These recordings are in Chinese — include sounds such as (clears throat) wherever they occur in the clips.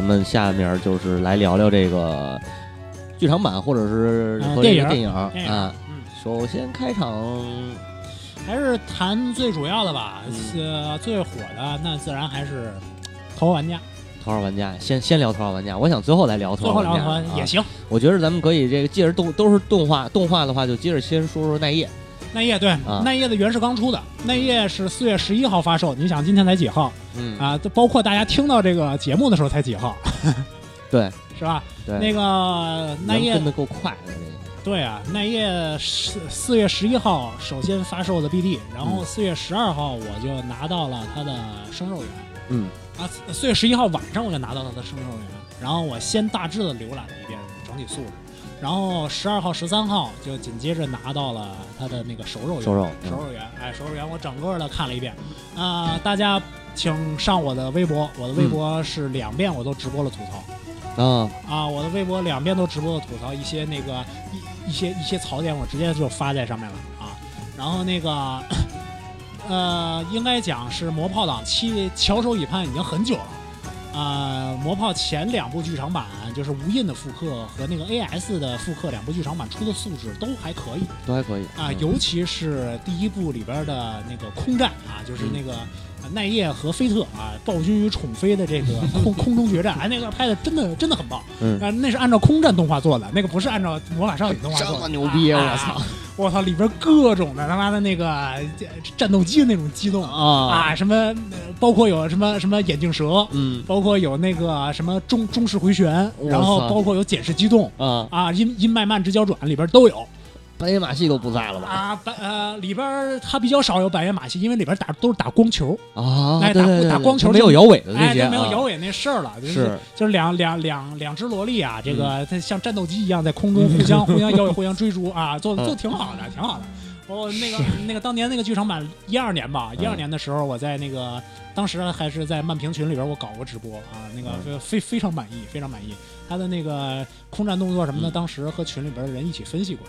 们下面就是来聊聊这个剧场版或者是啊和这个电电影电影啊。嗯，首先开场，还是谈最主要的吧，嗯呃，最火的那自然还是《头号玩家》，头号玩家先先聊头号玩家，我想最后来聊头最号后玩两家团啊也行。我觉得咱们可以这个，既然动都是动画，动画的话就接着先说说奈叶，奈叶对啊，奈叶的原是刚出的，奈叶是四月十一号发售，你想今天才几号嗯，啊？都包括大家听到这个节目的时候才几号， (laughs) 对 (laughs) 是吧？对，那个奈叶跟的够快的这对啊，奈叶四四月十一号首先发售的 BD，然后嗯四月十二号我就拿到了它的生肉源。嗯，啊，四月十一号晚上我就拿到了它的生肉源，然后我先大致的浏览了一遍整体素质，然后十二号、十三号就紧接着拿到了它的那个熟个肉源。瘦肉，嗯熟肉源，哎，熟肉源我整个的看了一遍，啊、大家请上我的微博，我的微嗯博是两遍我都直播了吐槽。啊，啊，我的微博两边都直播的吐槽一些那个一一些一些槽点，我直接就发在上面了啊。然后那个，呃，应该讲是《魔炮党七》翘首以盼已经很久了。啊，魔炮前两部剧场版就是无印的复刻和那个 AS 的复刻，两部剧场版出的素质都还可以都还可以啊，嗯尤其是第一部里边的那个空战啊，就是嗯那个呃奈叶和菲特啊暴君与宠妃的这个 (laughs) 空空中决战，哎，那个拍的真的真的很棒。嗯啊，那是按照空战动画做的，那个不是按照魔法少女动画做的。这么 (laughs) 牛逼啊啊！我操，里边各种的他妈的那个这战斗机的那种机动啊，啊，什么呃包括有什么什么眼镜蛇，嗯包括有那个什么中中式回旋，我操然后包括有简式机动啊，啊，阴阴麦曼直角转里边都有白野马戏都不在了吧？啊。百呃里边它比较少有百元马戏，因为里边打都是打光球，啊，哎对打对对打对光球没有就摇尾的哎，这些，就没有啊摇尾那事儿了，就是就是两两两两只萝莉啊，这个嗯它像战斗机一样在空中互 (laughs) 相互相摇尾、互相追逐啊，嗯做的做得挺好的，挺好的。我那个那个当年那个剧场版一二年吧，嗯一二年的时候，我在那个当时还是在漫评群里边，我搞过直播啊，那嗯个非非常满意，非常满意他的那个空战动作什么的，嗯当时和群里边的人一起分析过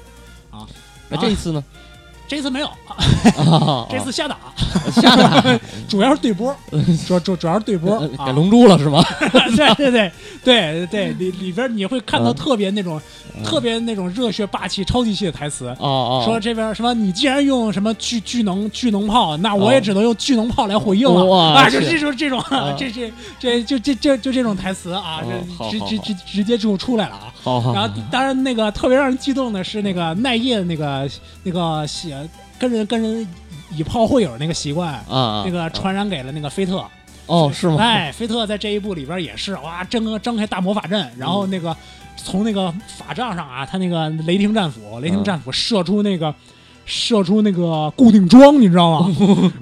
啊。那这一次呢？这次没有，啊，这次 (laughs) 瞎打，吓的 (laughs) 主要是对 (laughs) 波，主主主要是对波啊，呃改龙珠了是吗？对 (laughs) 对对对对，里里边你会看到嗯特别那种、特别那种热血霸气、超级系的台词。哦哦，说这边什么？你既然用什么巨巨能巨能炮，那我也只能用巨能炮来回应了、哦哇啊！就去这种这种、啊 (laughs) 这这这就这这就这种台词啊，哦好这好直好嗯直直直接就出来了啊！好好，然后当然那个特别让人激动的是那个奈叶的那个那个喜跟人跟人以炮会友那个习惯，啊啊那个传染给了那个菲特。哦是吗？哎，菲特在这一部里边也是哇，张个张开大魔法嗯阵，然后那个、从那个法杖上啊，他那个雷霆战嗯斧，雷霆战斧射出那个。射出那个固定桩，你知道 (laughs) 吗？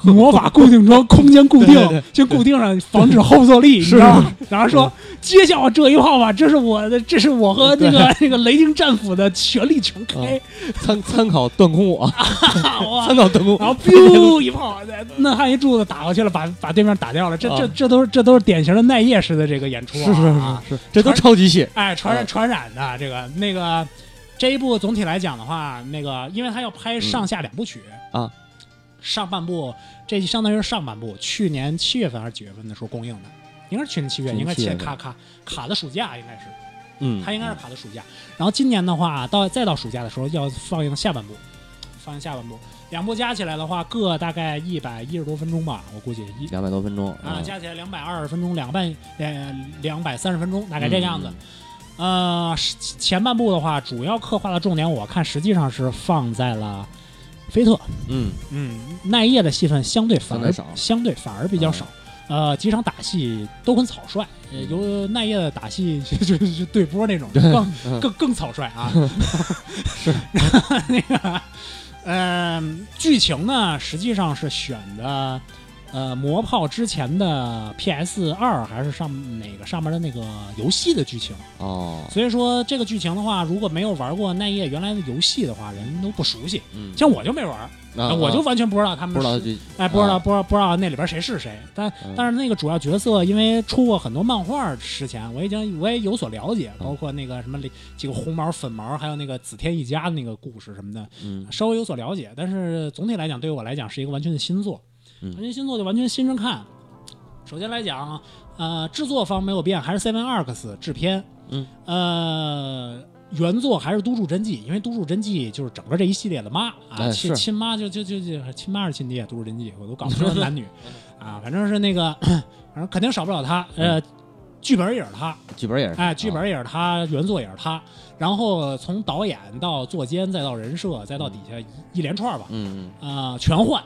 魔法固定桩，空间固定，对对先固定上，防止后坐力，你知道吗？然后说接下我这一炮吧，这是我的，这是我和那个那个雷霆战斧的全力全开，参参考断空我，啊、 (laughs) 哇参考断空然后 (laughs) biu 一炮， (laughs) 那汉一柱子打过去了，把把对面打掉了。这这啊这都是这都是典型的奈叶式的这个演出、啊，是是是是，这都超级系，哎，传染嗯传染的这个那个这一部总体来讲的话，那个因为他要拍上下两部曲、嗯啊，上半部这相当于是上半部，去年七月份还是几月份的时候公映的，应该是去年七月，去年应该七月切份卡卡卡的暑假应该是，嗯，它应该是卡的暑假。然后今年的话，到再到暑假的时候要放映下半部，放映下半部，两部加起来的话各大概一百一十多分钟吧，我估计一两百多分钟啊嗯加起来两百二十分钟，两个半两两百三十分钟，大概这个样子嗯。呃，是前半部的话，主要刻画的重点，我看实际上是放在了菲特，嗯，嗯，奈叶的戏份相对反相对而少相对反而比较少。呃，几场打戏都很草率，呃，嗯由奈叶的打戏就就就对波那种 (laughs) 对更嗯更更草率 (laughs) 啊。是 (laughs) 那个，嗯，剧情呢实际上是选的，呃，魔炮之前的 PS 二还是上哪个上面的那个游戏的剧情。哦，所以说这个剧情的话，如果没有玩过奈叶原来的游戏的话，人都不熟悉。嗯，像我就没玩儿，啊我就啊完全不知道他们不知道是剧，哎，不知道，啊不知道，不知道那里边谁是谁，但嗯但是那个主要角色，因为出过很多漫画之前，我已经我也有所了解，嗯包括那个什么里几个红毛、粉毛，还有那个紫天一家的那个故事什么的，嗯稍微有所了解。但是总体来讲，对于我来讲是一个完全的新作，嗯完全新作就完全新着看。首先来讲，呃，制作方没有变，还是 Seven Arcs 制片。嗯，呃，原作还是都筑真纪，因为都筑真纪就是整个这一系列的妈啊，哎亲是亲妈就就就就亲妈是亲爹，都筑真纪我都搞 (laughs) 不清楚男女啊，反正是那个， (clears throat) 反正肯定少不了他。嗯呃，剧本也是他，剧本也是，哎，剧本也是他，原作也是他，然后从导演到作监，再到人设，再到底下一一连串吧，嗯，嗯，啊，全换。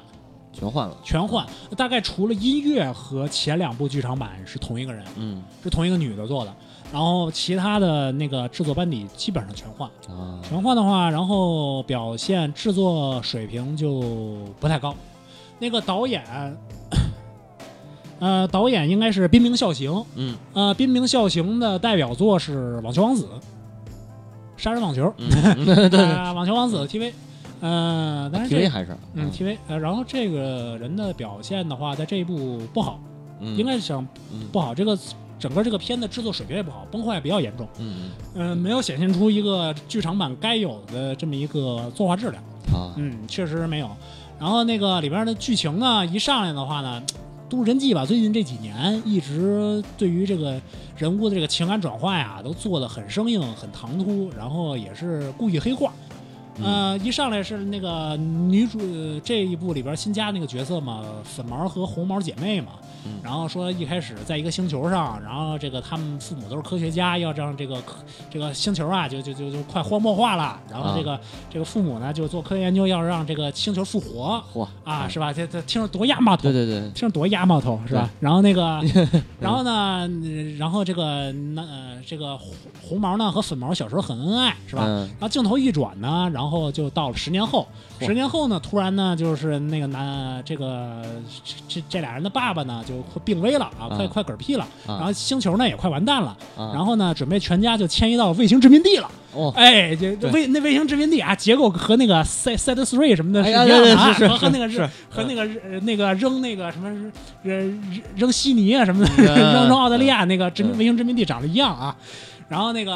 全换了，全换，大概除了音乐和前两部剧场版是同一个人，嗯是同一个女的做的，然后其他的那个制作班底基本上全换。啊，全换的话，然后表现制作水平就不太高。那个导演， (coughs) 呃，导演应该是滨名孝行，嗯呃，滨名孝行的代表作是《网球王子》《杀人网球》嗯， (laughs) 对对呃网球王子》TV，呃，但是这，TV 还是，嗯 TV，呃，然后这个人的表现的话，在这一部不好，嗯，应该是想嗯不好。这个整个这个片的制作水平也不好，崩坏比较严重。嗯嗯、没有显现出一个剧场版该有的这么一个作画质量。嗯啊，嗯，确实没有。然后那个里边的剧情呢，一上来的话呢，都市真纪吧，最近这几年一直对于这个人物的这个情感转化呀，都做的很生硬、很唐突，然后也是故意黑化。呃，一上来是那个女主、呃这一部里边新加那个角色嘛，粉毛和红毛姐妹嘛。嗯然后说一开始在一个星球上，然后这个他们父母都是科学家，要让这个科这个星球啊就就就就快荒漠化了。然后这个、这个父母呢就做科学研究，要让这个星球复活嚯啊，是吧？这这听着多压骂头对对对，听着多压冒头是吧？然后那个，然后呢，然后这个那、呃、这个红红毛呢和粉毛小时候很恩爱是吧？嗯然后镜头一转呢，然后就到了十年后。嚯十年后呢，突然呢，就是那个男这个这这这俩人的爸爸呢就快病危了啊，啊快快嗝屁了。啊然后星球呢也快完蛋了，啊，然后呢准备全家就迁移到卫星殖民地了。哦，哎，这对卫那卫星殖民地啊，结构和那个赛赛德斯瑞什么的是一样哎呀对对的啊，是是和和那个是扔是和那个呃那个扔那个什么扔扔悉尼啊什么的，嗯 (laughs) 扔扔澳大利亚那个殖民嗯卫星殖民地长得一样啊。然后那个，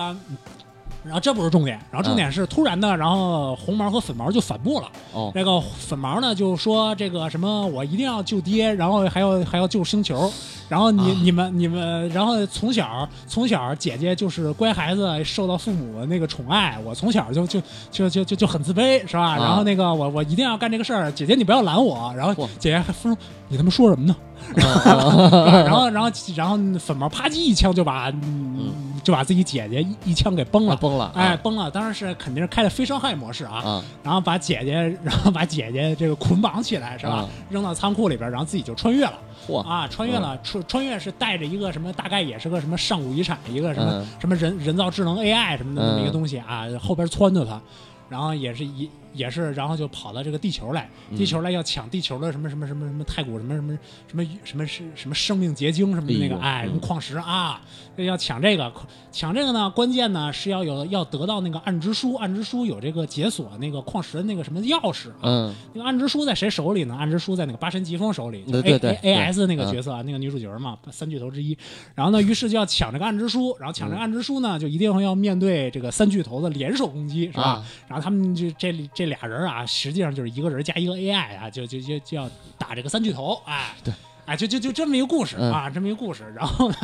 然后这不是重点，然后嗯重点是突然的，然后红毛和粉毛就反目了。哦，那个粉毛呢就说这个什么，我一定要救爹，然后还要还要救星球，然后你、啊你们你们，然后从小从小姐姐就是乖孩子，受到父母的那个宠爱，我从小就就就就就就很自卑，是吧？啊然后那个我我一定要干这个事儿，姐姐你不要拦我，然后嚯姐姐还说你他妈说什 (laughs) 么呢？然后然后然后粉毛啪叽一枪就把、嗯啊就把自己姐姐一一枪给崩了。崩了，哎，崩了！当然是肯定是开的非伤害模式啊，啊，然后把姐姐，然后把姐姐这个捆绑起来是吧？啊扔到仓库里边，然后自己就穿越了嚯，啊！穿越嗯了，穿穿越是带着一个什么，大概也是个什么上古遗产，一个什么、嗯什么人人造智能 AI 什么的嗯那么一个东西啊，后边撺掇他，然后也是一也是，然后就跑到这个地球来，嗯地球来要抢地球的什么什么什么什么太古什么什么什么什么是什么生命结晶什么的那个哎呦哎嗯什么矿石啊，要抢这个抢这个呢，关键呢是要有要得到那个暗之书，暗之书有这个解锁那个矿石的那个什么钥匙啊，嗯那个暗之书在谁手里呢？暗之书在那个八神疾风手里，就对 A 对对 A 对嗯 S 那个角色啊，那个女主角嘛，三巨头之一。然后呢，于是就要抢这个暗之书，然后抢这个嗯暗之书呢，就一定会要面对这个三巨头的联手攻击，是吧？啊然后他们就这这俩人啊，实际上就是一个人加一个 A I 啊，就就就就要打这个三巨头，哎，对，哎，就就就这么一个故事嗯啊，这么一个故事。然后呢，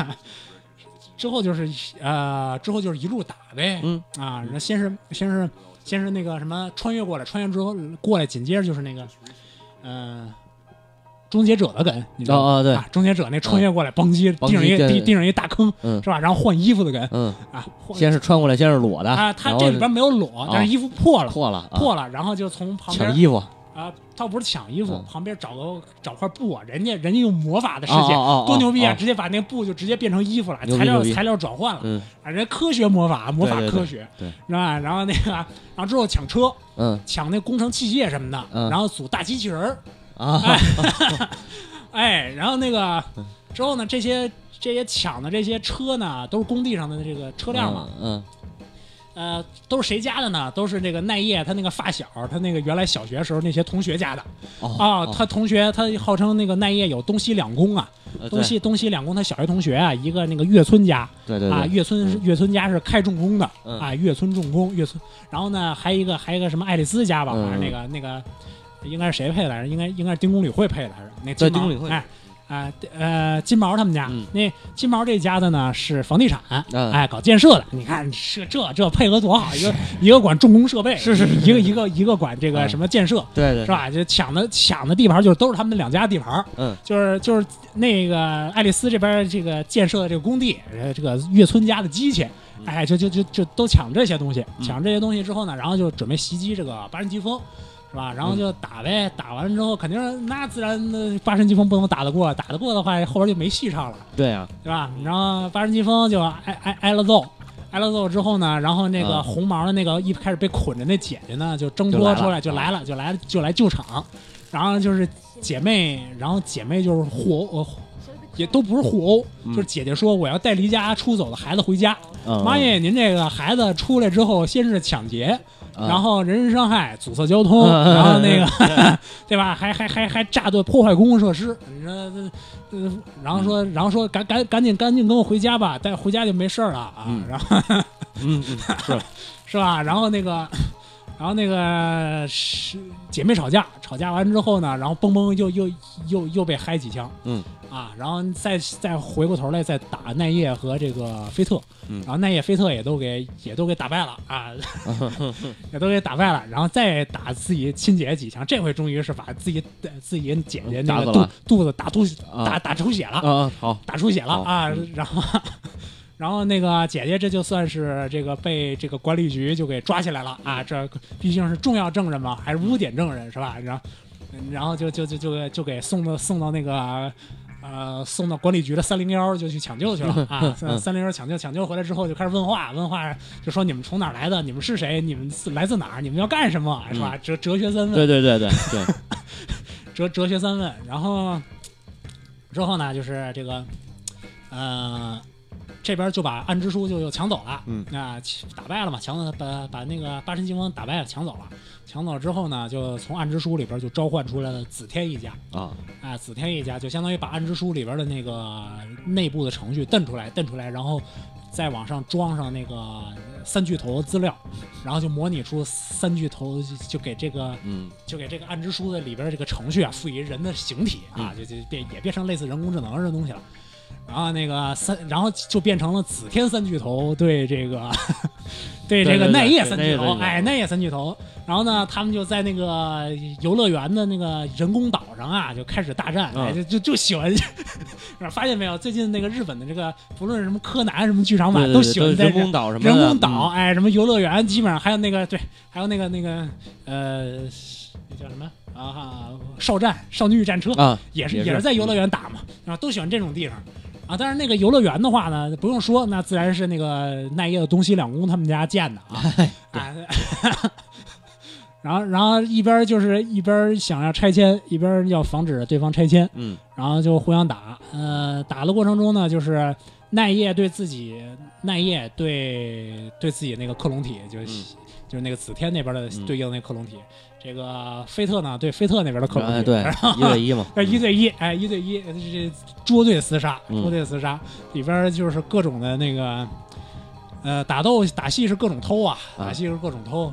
(laughs) 之后就是呃，之后就是一路打呗，嗯啊，然后先是先是先是那个什么穿越过来，穿越之后过来，紧接着就是那个，呃，终结者的梗，你知道吗？哦哦对啊，终结者那穿越过来，邦基邦盯上一基个对盯盯上一大坑，嗯是吧？然后换衣服的梗嗯，啊，换先是穿过来，先是哦裸的啊，他这里边没有裸，但是衣服破了，破了，啊破了，然后就从旁边抢衣服，啊，倒不是抢衣服，嗯旁边找个找块布啊，人家人家用魔法的世界。多多牛逼啊！！直接把那布就直接变成衣服了，哦牛逼材料牛逼材料转换了，嗯啊，人家科学魔法，魔法对对对科学，对是吧？然后那个，然后之后抢车，嗯抢那工程器械什么的，嗯然后组大机器人儿，啊，哎，然后那个嗯之后呢，这些这些抢的这些车呢，都是工地上的这个车辆嘛，，嗯呃，都是谁家的呢？都是那个奈叶他那个发小，他那个原来小学时候那些同学家的哦啊、他同学他号称那个奈叶有东西两公啊，呃东西东西两公他小学同学啊，一个那个月村家对对啊，对，月村是月村家是开重工的嗯啊，月村重工月村，然后呢还有一个还有一个什么爱丽丝家吧，嗯反正那个那个应该是谁配的来着？应该应该是丁公理会配的还是那对金毛丁公理会哎。啊呃金毛他们家，嗯那金毛这家的呢是房地产，嗯哎，搞建设的。你看这这这配合多 (laughs) 好，一个一个管重工设备，是是是一个一个一个管这个嗯什么建设，对对是？吧？就抢的抢的地盘就是都是他们两家地盘儿，嗯，就是就是那个爱丽丝这边这个建设的这个工地，呃，这个岳村家的机器，嗯哎，就就就就都抢这些东西，嗯抢这些东西之后呢，然后就准备袭击这个八神疾风。是吧？嗯然后就打呗，打完之后肯定是那自然的八神疾风不能打得过，打得过的话后边就没戏唱了。对啊，对吧？然后八神疾风就挨挨挨了揍，挨了揍之后呢，然后那个嗯红毛的那个一开始被捆着那姐姐呢，就挣就来脱了嗯出来，就来了，就来就来救场，然后就是姐妹，然后姐妹就是互殴，呃，也都不是互殴，嗯就是姐姐说我要带离家出走的孩子回家，嗯妈，耶，您这个孩子出来之后先是抢劫，嗯然后人身伤害、阻塞交通，嗯然后那个 (laughs) 对吧？还还还还炸断、破坏公共设施，你说这，呃，然后嗯说，然后说赶赶赶紧赶紧跟我回家吧，带回家就没事儿了啊，嗯然后嗯嗯是，是吧？然后那个。然后那个是姐妹吵架，吵架完之后呢，然后嘣嘣又又又又被嗨几枪，嗯啊，然后再再回过头来再打奈叶和这个菲特，嗯然后奈叶菲特也都给也都给打败了 (laughs) 啊，也都给打败了，然后再打自己亲姐几枪，这回终于是把自己的自己姐姐打那个死肚了肚子打出血啊打打出血了，嗯嗯好，打出血了好啊嗯，然后。然后那个姐姐，这就算是这个被这个管理局就给抓起来了啊！这毕竟是重要证人嘛，还是污点证人是吧？然后，然后就就就就就给送到送到那个呃送到管理局的三零幺就去抢救去了 (laughs) 啊！嗯三零幺抢救抢救回来之后就开始问话，问话就说你们从哪儿来的？你们是谁？你们是来自哪儿？你们要干什么？是吧？嗯哲哲学三问，对对对对对，哲哲学三问，然后之后呢，就是这个，呃，这边就把暗之书就又抢走了，嗯那、打败了嘛，抢走把把那个八神金风打败了，抢走了，抢走之后呢，就从暗之书里边就召唤出来了紫天一家，啊，啊、紫天一家就相当于把暗之书里边的那个内部的程序瞪出来，瞪出来，然后再往上装上那个三巨头资料，然后就模拟出三巨头就就给这个。 (laughs) 嗯就给这个暗之书的里边的这个程序啊，赋予人的形体嗯啊，就就变也变成类似人工智能这东西了。然后那个三，然后就变成了紫天三巨头对这个 (laughs) 对这对个对对奈叶三对奈叶三巨头巨，头哎，奈叶三巨头。然后呢，他们就在那个游乐园的那个人工岛上啊，就开始大战，嗯哎，就就就喜欢。 (laughs) 发现没有，最近那个日本的这个，不论是什么柯南什么剧场对版，对都对喜欢在人这工岛什么的嗯人工岛，，哎，什么游乐园，基本上还有那个对，还有那个那个呃，那叫什么啊？少战少女与战车嗯啊，也是也也是是在游乐园打嘛，啊，都喜欢这种地方啊。但是那个游乐园的话呢，不用说，那自然是那个奈叶的东西两宫他们家建的啊。哎啊 (laughs) 然后，然后一边就是一边想要拆迁，一边要防止对方拆迁，嗯然后就互相打。呃，打的过程中呢，就是奈叶对自己，奈叶对对自己那个克隆体，就是、嗯就是那个紫天那边的嗯对应那克隆体。这个菲特呢，对菲特那边的克隆体。哎 (laughs) 对然后，一对一嘛，呃，一对一，哎，一对一，这捉对厮杀，嗯捉对厮杀，里边儿就是各种的那个，呃，打斗打戏是各种偷啊，啊打戏是各种偷，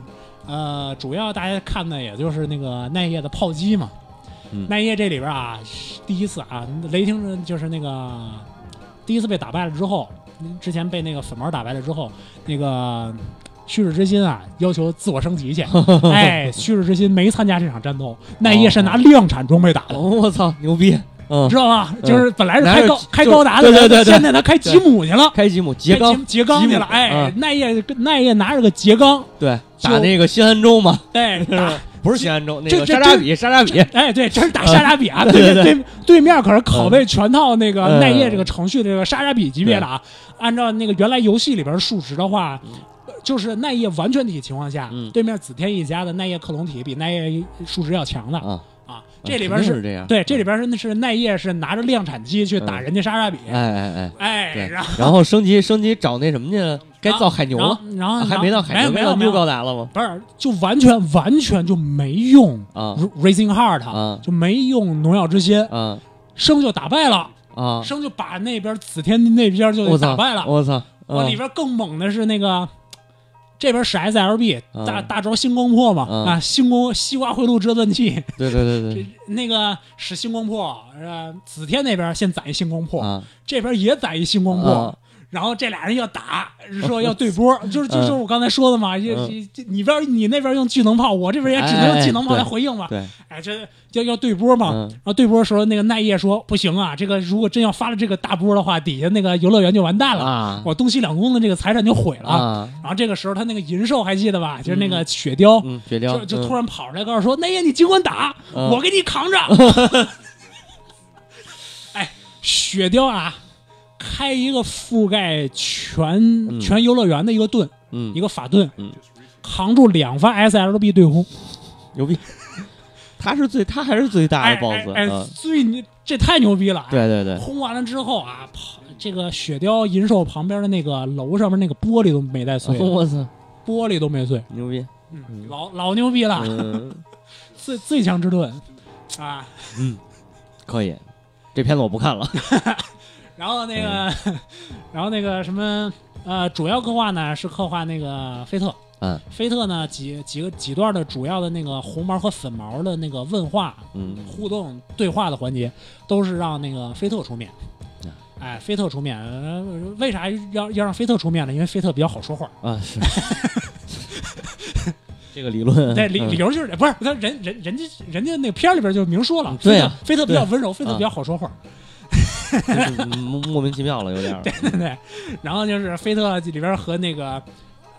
呃，主要大家看的也就是那个奈叶的炮击嘛，嗯奈叶这里边啊，第一次啊，雷霆就是那个第一次被打败了之后，之前被那个粉毛打败了之后，那个。旭日之心啊，要求自我升 (laughs) 级去。哎，旭日之心没参加这场战斗，奈叶是拿量产装备打的。哦我操，牛逼，嗯知，道吧？嗯就是本来是开高男人开高达的，对对对对现在他开吉姆去了，开吉姆杰开刚，吉冈去吉了。姆哎，嗯奈叶奈叶拿着个杰冈，对，就打那个新安州嘛，哎， (laughs) (laughs) 打不是新安州，那这个这莎莎比，莎莎比，哎，对，真是打莎莎比啊！嗯对对对对，对面可是拷贝全套那个嗯奈叶这个程序的这个莎莎比级别的啊。按照那个原来游戏里边数值的话嗯。就是奈叶完全体情况下，嗯对面紫天一家的奈叶克隆体比奈叶数值要强的啊，啊。这里边肯定是是这样，啊对，这里边是是奈叶是拿着量产机去打嗯人家莎莎比，哎哎哎。哎，对然后。然后升级升级找那什么去了？该造海牛然了后，然后啊还没到海没有牛，没该有到没 new 有，高达了吗？不是就完全完全就没用啊 Raising Heart，、啊就没用农药之心，啊生就打败了，啊！生就把那边紫天那边就我给操！打败了。我操！我啊里边更猛的是那个这边是 SLB 嗯大大招星光破嘛嗯啊，星光西瓜回路折断器，对对对 (laughs) 对那个使星光破，呃，子天那边先攒一星光破，啊，这边也攒一星光破，啊然后这俩人要打，说要对波， (laughs) 嗯就是就是我刚才说的嘛，就就你边你那边用聚能炮，我这边也只能用聚能炮来回应嘛，哎对，哎，这要要对波嘛。嗯然后对波的时候，那个奈叶说不行啊，这个如果真要发了这个大波的话，底下那个游乐园就完蛋了，啊我东西两宫的这个财产就毁了。啊，然后这个时候他那个银兽还记得吧，就是那个雪貂，嗯，绝就交，就突然跑出来告诉说：“那爷，你尽管打，嗯我给你扛着。” (laughs) 哎，雪貂啊，开一个覆盖全嗯全游乐园的一个盾，嗯一个法盾，嗯扛住两发 SLB 对轰，牛逼，他是最他还是最大哎的 BOSS，哎哎嗯，最牛，这太牛逼了！哎，对对对，轰完了之后啊，跑这个雪貂银兽旁边的那个楼上面那个玻璃都没带碎，啊我操，玻璃都没碎，牛逼，嗯老老牛逼了，嗯，最最强之盾啊！可以，这片子我不看了，然后那个，嗯 (laughs) 然后那个什么，呃，主要刻画呢是刻画那个菲特，嗯，菲特呢几几个几段的主要的那个红毛和粉毛的那个问话、嗯互动、对话的环节，都是让那个菲特出面嗯。哎，菲特出面，呃为啥要要让菲特出面呢？因为菲特比较好说话。啊是， (laughs) 这个理论，对，理嗯理由就是不是他人人人家人家那个片儿里边就明说了，对啊菲特菲特比对较温柔，菲特啊比较好说话。就是 (laughs) 莫莫名其妙了，有点儿，对 (laughs) 对对，然后就是菲特里边和那个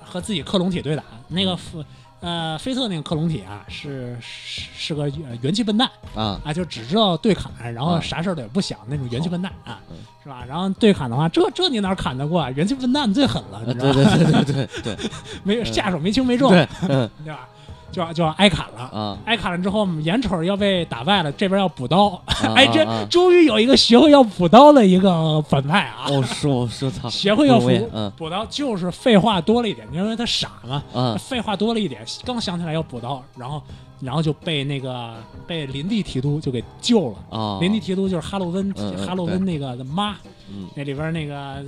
和自己克隆体对打，那个嗯夫呃菲特那个克隆体啊是是是个呃元气笨蛋啊，啊，就只知道对砍，然后啊啥事儿都也不想那种元气笨蛋啊嗯，是吧？然后对砍的话，这这你哪砍得过啊？元气笨蛋最狠了，你对知道对吧？对对对对没下手没轻没重，嗯对，嗯对吧？就要就要挨砍了。啊，挨砍了之后，眼瞅着要被打败了，这边要补刀。啊哎，啊这啊终于有一个学会要补刀的一个反派啊！哦是我是操，学会要不补容易嗯补刀就是废话多了一点，因为他傻嘛，啊废话多了一点，刚想起来要补刀，然后然后就被那个被林地提督就给救了。啊，林地提督就是哈洛温，嗯嗯哈洛温那个的妈，嗯那里边那个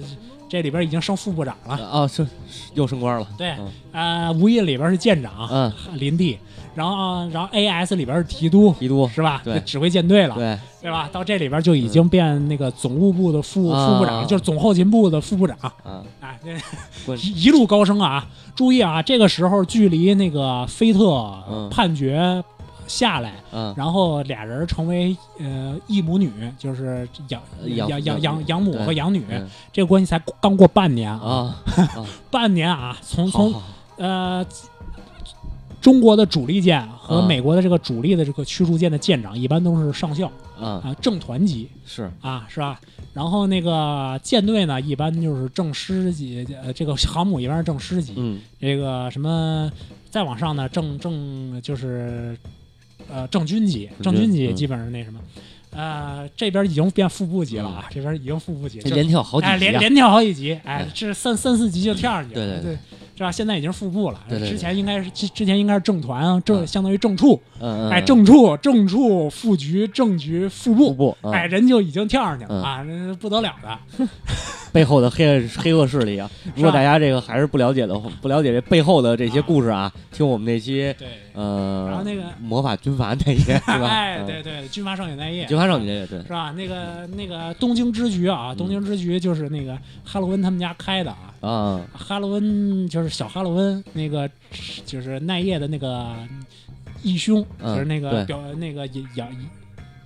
这里边已经升副部长了，啊是是又升官了，对嗯呃，无印里边是舰长，嗯，林地，然后然后 AS 里边是提督。提督，是啊吧？对就指挥舰队了，对嗯对吧？到这里边就已经变那个总务部的副、啊副部长，就是总后勤部的副部长啊，啊。这关一一路高升啊！注意啊，这个时候距离那个菲特嗯判决下来，嗯然后俩人成为呃异母女，就是养呃养养养养养养母和对养女，嗯这个关系才刚过半年啊，啊，半年啊，从好从好呃中国的主力舰和嗯美国的这个主力的这个驱逐舰的舰长，一般都是上校啊啊，正团级是啊，是吧？然后那个舰队呢，一般就是正师级，呃，这个航母一般是正师级，嗯这个什么再往上呢，正正就是呃正军级，正正军军级嗯基本上那什么，呃这边已经变副部级了啊，这边已经副部级，嗯这就连跳好几哎级连啊，连跳好几级，哎哎这三三四级就跳上去了，对对对是吧？现在已经是副部了，对对对之前应该是之之前应该是正团啊，正嗯相当于正处，嗯嗯哎嗯正处正处副局正局副步部。步，嗯哎，人就已经跳上去了嗯啊，那不得了的。背后的黑暗黑恶势力啊！如果大家这个还是不了解的话，不了解这背后的这些故事啊，听我们那期对，呃，然后那个魔法军阀那些是吧？ (laughs) 哎，嗯对，对，军阀少女奈叶，军阀少女那些对是吧？那个那个东京之局啊，东嗯京之局就是那个哈罗温他们家开的啊。啊，哈罗温就是小哈罗温，那个就是奈叶的那个义兄，嗯就是那个对表那个也养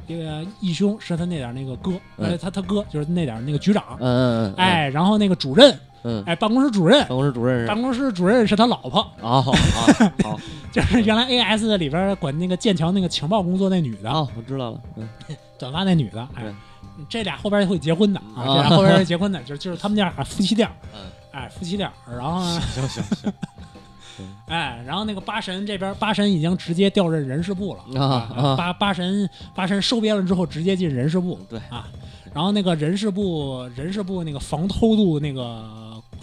那个义兄是他那点儿那个哥，嗯呃，他他哥就是那点儿那个局长嗯，嗯嗯，哎，然后那个主任，嗯，嗯，哎，办公室主任办，公室主任是办公室主任是他老婆，哦，好， (laughs) 好，就是原来 AS 的里边儿管那个剑桥那个情报工作那女的，然后我知道了，嗯，短发那女的，哎对，这俩后边会结婚的啊，啊这俩后边会结婚的，就是就是他们家啊夫妻店儿嗯，哎，夫妻店儿，然后呢行行行，哎，然后那个八神这边，八神已经直接调任人事部了啊哎啊八八神八神收编了之后，直接进人事部，对啊，然后那个人事部人事部那个防偷渡那个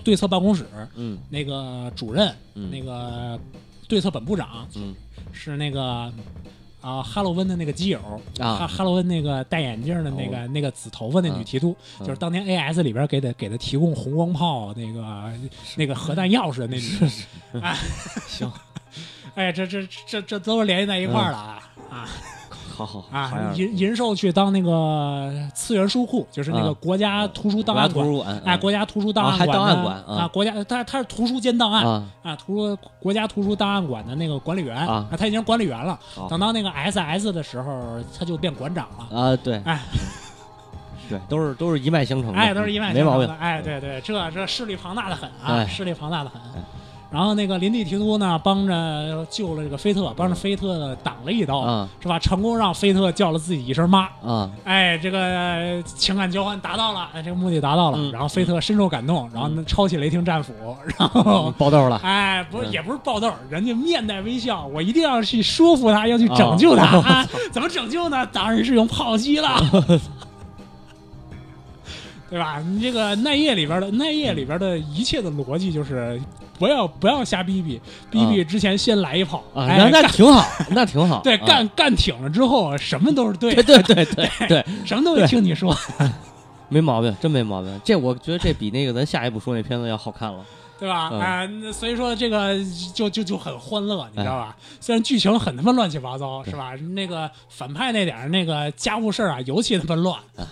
对策办公室嗯那个主任，嗯，那个对策本部长嗯是那个啊哈罗温的那个基友哈啊，哦哈罗温那个戴眼镜的那个那个紫头发那女提督，嗯就是当年 AS 里边给的给的提供红光炮啊那个那个核弹钥匙的那女啊， (laughs) 行， (laughs) 哎，这这这这都是联系在一块儿了啊。啊好好嗯好好啊样！儿银银寿去当那个次元书库，就是那个嗯国家图书国档家案图馆，书馆，哎，嗯国家图书档案啊还档案的馆啊啊，国家他他是图书兼档案啊，啊，图书国家图书档案馆的那个管理员啊哦他已经管理员了好。等到那个 SS 的时候，他就变馆长了。啊，对，哎对，都是都是一脉相 (laughs) 承的，哎，都是一万没毛病，哎，对对，这这势力庞大的很啊，哎势力庞大的很哎。然后那个林地提督呢，帮着救了这个菲特，嗯帮着菲特挡了一刀，啊是吧？成功让菲特叫了自己一声妈。啊，哎，这个情感交换达到了，哎这个目的达到了。嗯然后菲特深受感动，然后抄起雷霆战斧，然后。爆豆了，哎，不是，嗯也不是爆豆，人家面带微笑，我一定要去说服他，要去拯救他。哦啊 (laughs) 怎么拯救呢？当然是用炮击了， (laughs) 对吧？你这个奈叶里边的奈叶里边的一切的逻辑就是，不要不要瞎逼逼，逼逼之前先来一炮。嗯啊，哎那那干挺好，那挺好，对啊干，干挺了之后，什么都是对对，对对对对，什么都得对听你说。没毛病，真没毛病。这我觉得这比那个咱下一步说那片子要好看了。对吧？嗯啊、那所以说这个就就就很欢乐，你知道哎吧？虽然剧情很他妈乱七八糟，是吧？那个反派那点儿那个家务事儿啊，尤其他妈乱。嗯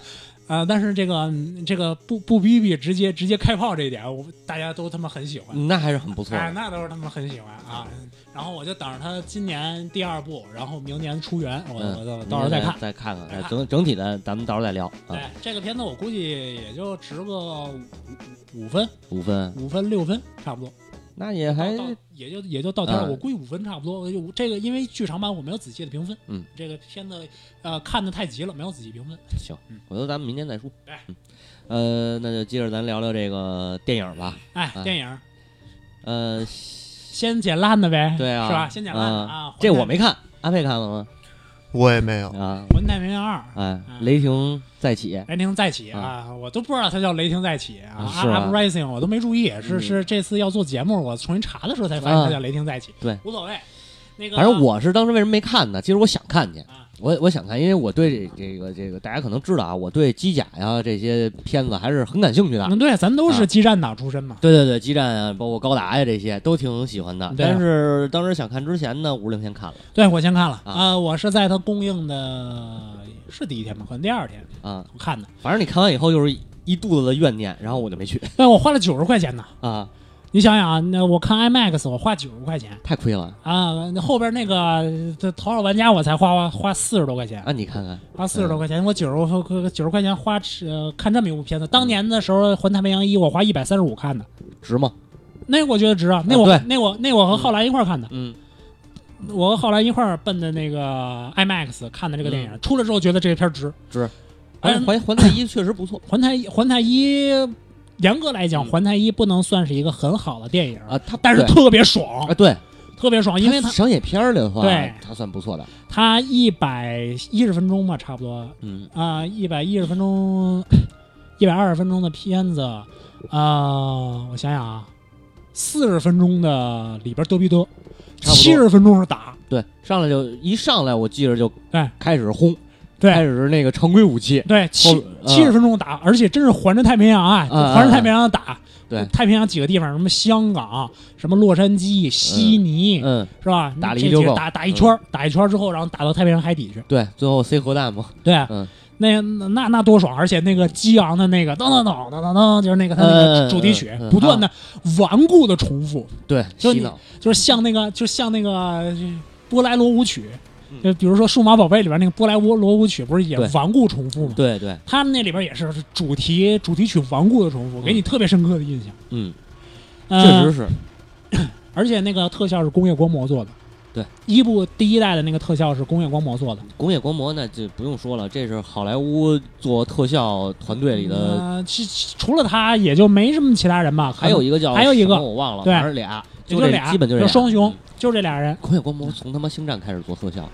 啊、但是这个嗯这个不不逼逼，直接直接开炮这一点，我大家都他妈很喜欢。那还是很嗯不错嗯哎，的。那都是他们很喜欢啊。然后我就等着他今年第二部，然后明年出源，我、嗯，我我到时候再看。再看看。再哎看整整体的，咱们到时候再聊啊。哎，这个片子我估计也就值个五五五分、五分，五分、六分差不多。那也还到也就也就到天了，哎嗯我估计五分差不多。我就这个因为剧场版我没有仔细的评分，嗯，这个片子呃看的太急了，没有仔细评分。行嗯。我觉得咱们明天再说哎。嗯，呃，那就接着咱聊聊这个电影吧。哎，哎电影呃，先捡烂的呗，对啊，是吧？先捡烂的啊嗯，这我环太没看，阿佩看了吗？我也没有。啊， 《环太平洋二》。哎嗯，雷霆再起。雷霆再起啊！我都不知道它叫雷霆再起啊嗯是啊，Uprising 我都没注意，是嗯是这次要做节目，我重新查的时候才发现它叫雷霆再起。对，无所谓。那个反正我是当时为什么没看呢？其实我想看去嗯啊，我我想看，因为我对这这个这个大家可能知道啊，我对机甲呀这些片子还是很感兴趣的。嗯，对，咱都是啊激战党出身嘛。对对对，激战啊，包括高达呀这些都挺喜欢的。对啊但是当时想看之前呢，五零先看了对，我先看了啊啊，我是在它公映的是第一天吧，可能第二天啊，我看的。反正你看完以后就是一肚子的怨念，然后我就没去对，我花了九十块钱呢。啊，你想想啊，那我看 IMAX 我花九十块钱太亏了啊，那后边那个这《头号玩家》我才花花四十多块钱，啊！你看看花四十多块嗯钱，我九十九十块钱花呃看这么一部片子。当年的时候，《环太平洋一》我花一百三十五看的，值吗？那我觉得值啊，那啊我、对那我那我和浩然一块儿看的，嗯，我和浩然一块儿奔的那个 IMAX 看的这个电影，出来之后觉得这个片儿值，嗯值。哎而且环环太一确实不错环太环太一，严格来讲，嗯环太一不能算是一个很好的电影，啊，他嗯但是对特别爽，啊对，特别爽，因为它他商业片儿的话对，他算不错的。它一百一十分钟吧，差不多嗯，啊，一百一十分钟， (coughs) 一百二十分钟的片子，啊、我想想啊，四十分钟的里边嘚逼嘚，差不多七十分钟是打，对，上来就一上来，我记着就哎开始轰，开对始是那个常规武器，哎对，七后呃七十分钟打，而且真是环着太平洋啊，嗯嗯环着太平洋打，对太平洋几个地方，什么香港，什么洛杉矶、悉尼，嗯，是吧？打了这一溜几个够嗯打打一圈儿，打一圈儿之后，然后打到太平洋海底去。对，最后塞核弹嘛，对，嗯那那那多爽！而且那个激昂的那个噔噔噔噔噔噔，就是那个他那嗯嗯个嗯主题曲嗯，嗯不断的顽固的重复，对，就洗你脑，就是像那个就像那个波莱罗舞曲，嗯就比如说《数码宝贝》里边那个波莱罗舞曲，不是也对顽固重复吗？对对，他们那里边也是主题主题曲顽固的重复，给你特别深刻的印象。嗯，呃确实是，而且那个特效是工业光魔做的。对，一部第一代的那个特效是工业光魔做的，工业光魔那就不用说了，这是好莱坞做特效团队里的，呃，其其除了他也就没什么其他人吧。可还能有一个叫还有一个什么我忘了，对反正俩，也这俩，基本就这有俩双雄嗯，就这俩人。工业光魔从他妈星战开始做特效，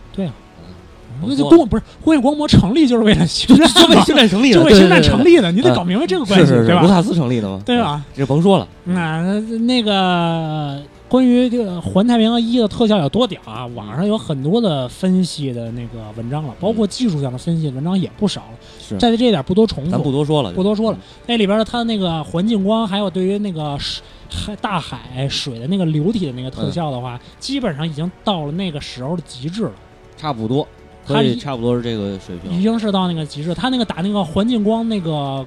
不那就错工不是工业光魔成立就是为了星战嗯就为嘛，星战成 (laughs) 立的，就为对星战成，立的，你得嗯搞明白这个对对关对系，是是是，对啊嗯卢吧？卡斯成立的嘛，对吧？这甭说了，那那个关于这个《环太平洋一》的特效有多屌啊，网上有很多的分析的那个文章了，包括技术上的分析文章也不少了。是，在这一点不多重咱不复，多说了，就不多说了。那里边的它那个环境光，还有对于那个水、海、大海水的那个流体的那个特效的话，基本上已经到了那个时候的极致了。差不多，它可以一差不多是这个水已平。经是到那个极致。他那个打那个环境光那个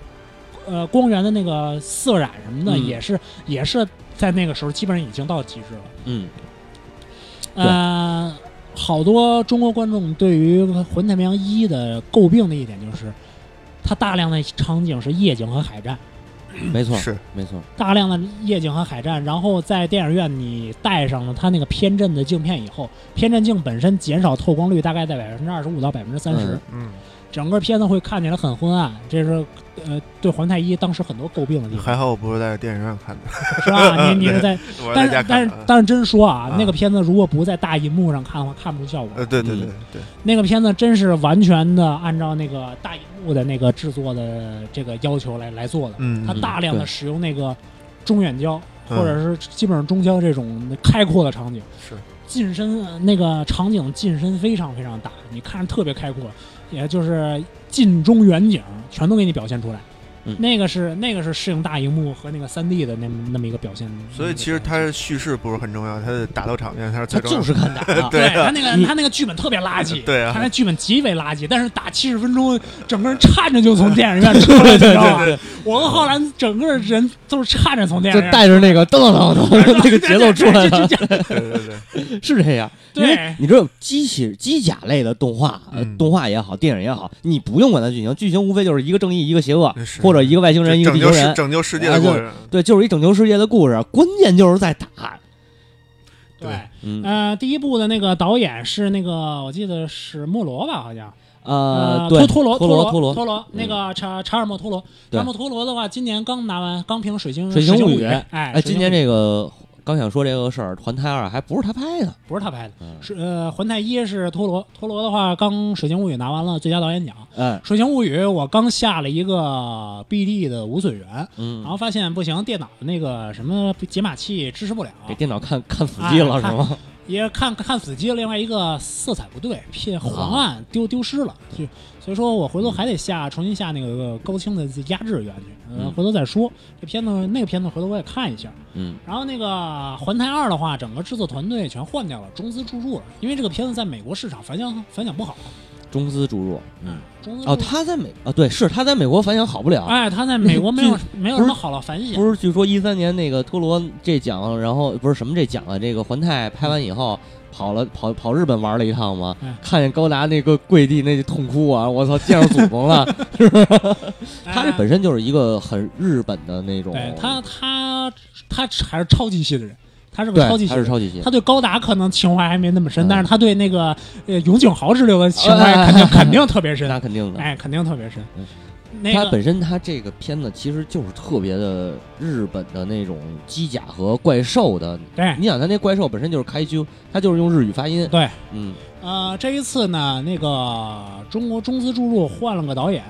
呃光源的那个色染什么的，嗯也是也是在那个时候基本上已经到极致了。嗯，呃，好多中国观众对于《环太平洋一》的诟病的一点就是，它大量的场景是夜景和海战，没错，是没错，大量的夜景和海战，然后在电影院你带上了它那个偏振的镜片以后，偏振镜本身减少透光率大概在百分之二十五到百分之三十嗯，嗯，整个片子会看起来很昏暗，这是呃对环太一当时很多诟病的地方， (laughs) 还好我不是在电影院看的，是吧？你你是在， (laughs) 我但是在是家但看是的。但是真说啊啊，那个片子如果不在大银幕上看的话，看不出效果。呃，对对对嗯对，那个片子真是完全的按照那个大银幕的那个制作的这个要求来来做的，嗯，它嗯大量的对使用那个中远焦嗯或者是基本上中焦这种开阔的场景。是近身呃那个场景近身非常非常大，你看着特别开阔，也就是近中远景全都给你表现出来。嗯那个是那个是适应大荧幕和那个三 D 的那么那么一个表现。所以其实它叙事不是很重要，它的打斗场面才是他最重要就是的。看打，对啊他那你个他那个剧本特别垃圾，对啊他那剧本极为垃圾，但是打七十分钟，整个人颤着就从电影院出 (laughs) 来，你知道吗？我和浩然整个人都是颤着从电就影院。带着那个噔噔 (laughs) 噔 (laughs) 噔那个节奏出来了，对对对，是这样。因对为你知道机器机甲类的动画，呃嗯动画也好，电影也好，你不用管它剧情，剧情无非就是一个正义，一个邪恶，是或者一个外星人，一个拯地球救世人，拯救世界啊的就过程。对，就是一拯救世界的故事。关键就是在打，对，嗯呃，第一部的那个导演是那个，我记得是莫罗吧，好像。呃，托对，托罗陀罗陀罗螺，罗，那个查查尔默托罗，查嗯对尔默托罗的话，今年刚拿完，刚评《水星水星星物语语》，哎，哎，水今星年物语这个刚想说这个事儿，《环太二》还不是他拍的，不是他拍的，嗯，是呃，环太一是托罗，托罗的话，刚《水星物语》拿完了最佳导演奖，哎， 《水星物语》我刚下了一个 BD 的无损源，嗯然，后发现不行，电脑那个什么解码器支持不了，给电脑看看死机了哎是吗？也看看死机了，另外一个色彩不对，偏黄暗丢丢失了，就所以说我回头还得下重新下那个高清的压制源去，呃，嗯回头再说。这片子那个片子回头我也看一下。嗯，然后那个《环太二》的话，整个制作团队全换掉了，中资注入了，因为这个片子在美国市场反响反响不好。哦中资注入，嗯，中资注入哦，他在美啊，对，是他在美国反响好不了。哎，他在美国没有没有不是什么好的反响。不是，据说一三年那个托罗这奖，然后不是什么这奖啊，这个环太拍完以后跑了跑跑日本玩了一趟嘛嗯，看见高达那个跪地那痛哭啊，我操，见着祖宗 (laughs) 了，是不是？他这哎本身就是一个很日本的那种，对他，他他还是超级系的人，他是个超级对，系他是的人。超级系他，对高达可能情怀还没那么深，嗯但是他对那个呃永井豪之流的情怀哎哎哎肯定、肯定特别深，那肯定的。哎，肯定特别深嗯。那他个本身他这个片子其实就是特别的日本的那种机甲和怪兽的，对你想他那怪兽本身就是开修，他就是用日语发音，对，嗯，呃，这一次呢，那个中国中资注入换了个导演，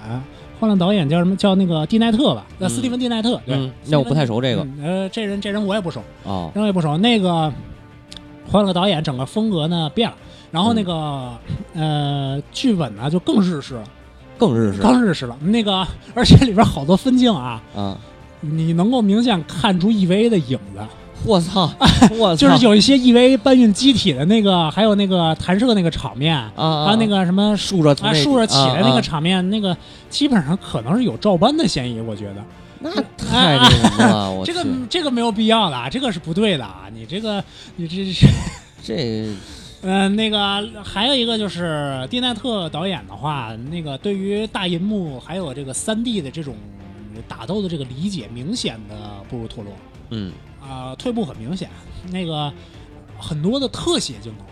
换了导演叫什么？叫那个蒂奈特吧？呃，嗯斯蒂芬蒂奈特。对，嗯那我不太熟这个嗯呃，这人这人我也不熟，哦，人我也不熟。那个换了个导演，整个风格呢变了。然嗯后那个、呃剧本呢就更日式了，更日式更日式了。那个而且里边好多分镜啊，啊！你能够明显看出 EVA 的影子，我 (laughs) 操，我操，就是有一些 EVA 搬运机体的那个，还有那个弹射那个场面，啊啊，还有那个什么竖着从啊那竖着起来那啊个啊场面，那个基本上可能是有照搬的嫌疑，我觉得那太那什啊么了，我这个嗯去这个没有必要的啊，这个是不对的啊，你这个你这是。 (laughs) 这嗯，那个还有一个就是蒂奈特导演的话，那个对于大银幕还有这个三 D 的这种打斗的这个理解，明显的不如陀螺嗯啊、退步很明显。那个很多的特写镜头，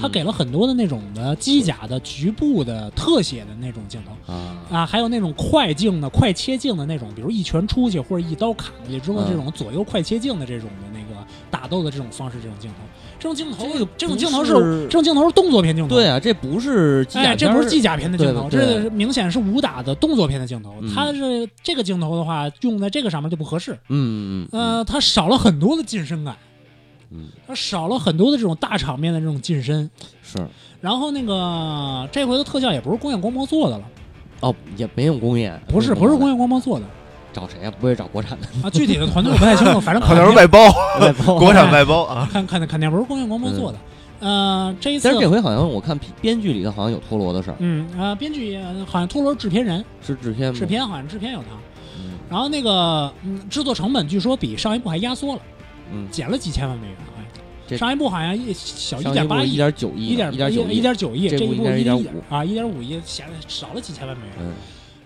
他嗯给了很多的那种的机甲的局部的特写的那种镜头。啊，啊，还有那种快镜的、快切镜的那种，比如一拳出去或者一刀砍过去之后，嗯这种左右快切镜的这种的那个打斗的这种方式，这种镜头，这种镜头，这个这种镜头不是是这种镜头是动作片镜头，对，啊，这不是机甲哎，片这儿不是机甲片的镜头，对对这是明显是武打的动作片的镜头。嗯它是这个镜头的话，用在这个上面就不合适，呃嗯嗯嗯，呃，它少了很多的近身感。嗯，它少了很多的这种大场面的这种近身。是然后那个这回的特效也不是工业光魔做的了，哦，也没用工业，不是不是工业光魔做的找谁啊？不会找国 (laughs) 产的，啊，具体的团队我不太清楚， (laughs) 反正可肯能是定外包，外 (laughs) 包国产外包啊。看看看肯定不是工业光魔做的。呃，这一次但是这回好像我看编编剧里头好像有陀螺的事儿，嗯呃，编剧呃好像托罗是制片人，是制片吗？制片好像制片有他。嗯，然后那个嗯，制作成本据说比上一部还压缩了，嗯减了几千万美元，好像这上一部好像一小一上点八一亿，点九亿，一点一点九一点九亿，这这部一应部该是一1.5啊，一点五亿，显得少了几千万美元。嗯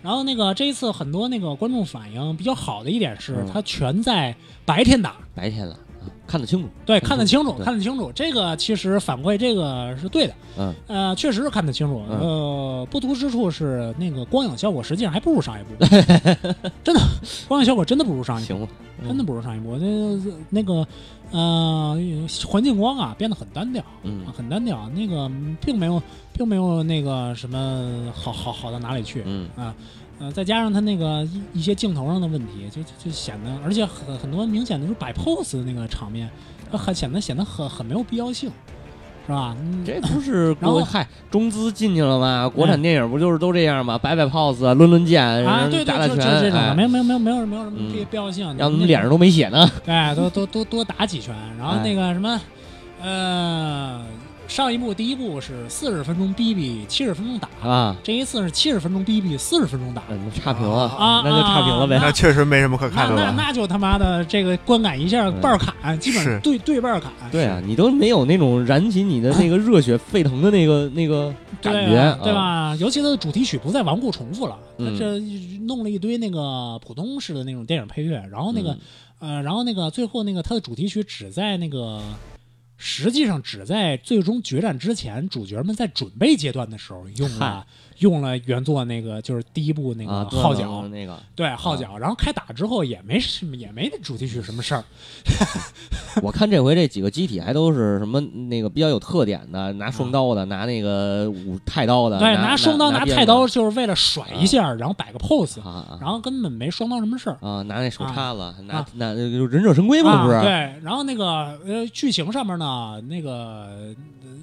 然后那个这一次很多那个观众反应比较好的一点是，嗯它全在白天打，白天了，啊看得清楚，对，看看得清楚，对看得清楚。这个其实反馈这个是对的，嗯，呃，确实是看得清楚。嗯呃，不足之处是那个光影效果实际上还不如上一部， (laughs) 真的，光影效果真的不如上一部。行吧，嗯啊真的不如上一部，那那个呃环境光啊变得很单调，嗯啊很单调，那个嗯并没有并没有那个什么好好好到哪里去，嗯呃，再加上他那个一一些镜头上的问题，就就就显得，而且很很多明显的就是摆 pose 的那个场面，呃很显得显得很很没有必要性，是吧？嗯这不是然后国嗨中资进去了吗？国产电影不就是都这样吗？摆摆 pose，啊抡抡剑，啊，然后对打对，打就拳就这，种的，没哎有没有没有没有没有什么嗯必必要性，让我那们脸上哎都没血呢。哎，多多多多打几拳，然后那个什么，呃，上一部第一部是四十分钟逼逼，七十分钟打，啊，这一次是七十分钟逼逼，四十分钟打，嗯，差评了啊那就差评了呗。啊那确实没什么可那看的那了。那就他妈的这个观感一下嗯半儿砍，基本上是对对半儿砍，对啊，你都没有那种燃起你的那个热血沸腾的那个那个感对啊觉，啊对？吧？尤其它的主题曲不再顽固重复了，它嗯这弄了一堆那个普通式的那种电影配乐，然后那个嗯呃，然后那个最后那个它的主题曲只在那个，实际上只在最终决战之前，主角们在准备阶段的时候用了用了原作那个就是第一部那啊个，对号对角，对啊那个，对号角，然后开打之后也没什么也没主题曲什么事儿，我看这回这几个机体还都是什么那个比较有特点的，拿双刀的，拿那个武太刀的，对，拿双刀拿拿太刀就是为了甩一下，然后摆个 pose，鞭子啊然后根本没双刀什么事儿。啊啊，拿那手叉子，拿啊拿就忍者神龟嘛，啊，不是？对，然后那个呃，剧情上面呢，那个呃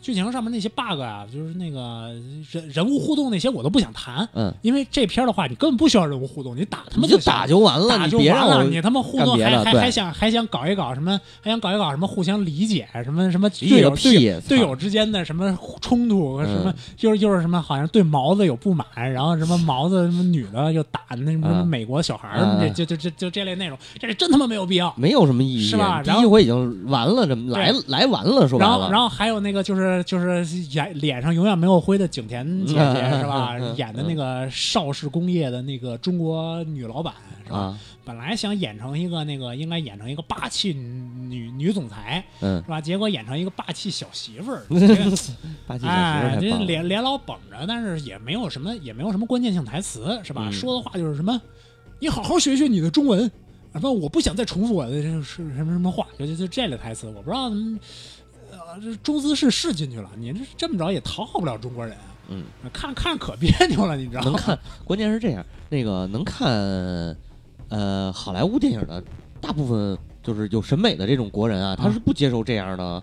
剧情上面那些 bug 啊，就是那个人人物互动那些，我都不想谈，嗯，因为这片儿的话，你根本不需要人物互动，你打他你们就行打就完了，打你就别完让了，我你他妈互干动别还的还对还想还想搞一搞什么，还想搞一搞什么互相理解，什么什么理队解友个队友屁队操友之间的什么冲突，嗯什么就是就是什么，好像对毛子有不满，然后什么毛子什么女的又打那什么什么嗯美国小孩儿，嗯嗯这就就就就这类内容，这是真他妈没有必要。没有什么意义，啊是吧第然后一回已经完了，这么来来完了，说白然后，了，然后还有那个就是就是演脸上永远没有灰的景甜姐姐嗯是吧嗯嗯？嗯演的那个邵氏工业的那个中国女老板是吧？啊，本来想演成一个那个应该演成一个霸气女女总裁嗯，(laughs) 是，吧？结果演成一个霸气小媳妇儿 (laughs) 这八级小媳妇哎儿，太这棒了，脸脸老绷着，但是也没有什么也没有什么关键性台词是吧？嗯说的话就是什么，你好好学学你的中文，什么我不想再重复我的这是什么什么话，就就就这类台词，我不知道怎么，呃，这中资是是进去了，你这这么着也讨好不了中国人，嗯，看看可别扭了，你知道吗？能看，关键是这样，那个能看，呃，好莱坞电影的大部分就是有审美的这种国人嗯啊，他是不接受这样的，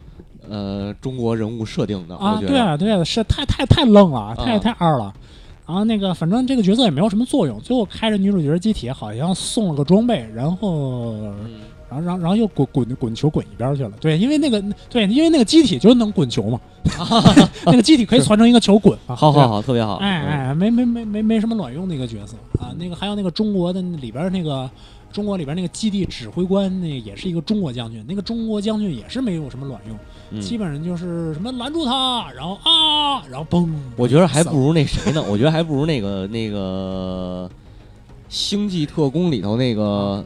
呃，中国人物设定的，啊，我觉对得。啊，对啊，是太太太愣了，太、啊太二了。然后那个，反正这个角色也没有什么作用。最后开着女主角机体，好像送了个装备，然后，嗯然后，然后，然后又滚滚滚球滚一边去了。对，因为那个，对，因为那个机体就能滚球嘛，啊那个机体可以传成一个球滚嘛。好对好嗯好，特别好。哎哎，没没没没没什么卵用的一个角色啊。那个还有那个中国的里边那个中国里边那个基地指挥官，那也是一个中国将军。那个中国将军也是没有什么卵用，嗯，基嗯本上就是什么拦住他，然后啊，然后嘣，我觉得还不如那谁呢？我 (laughs) 觉得还不如那个那个《星际特工》里头那个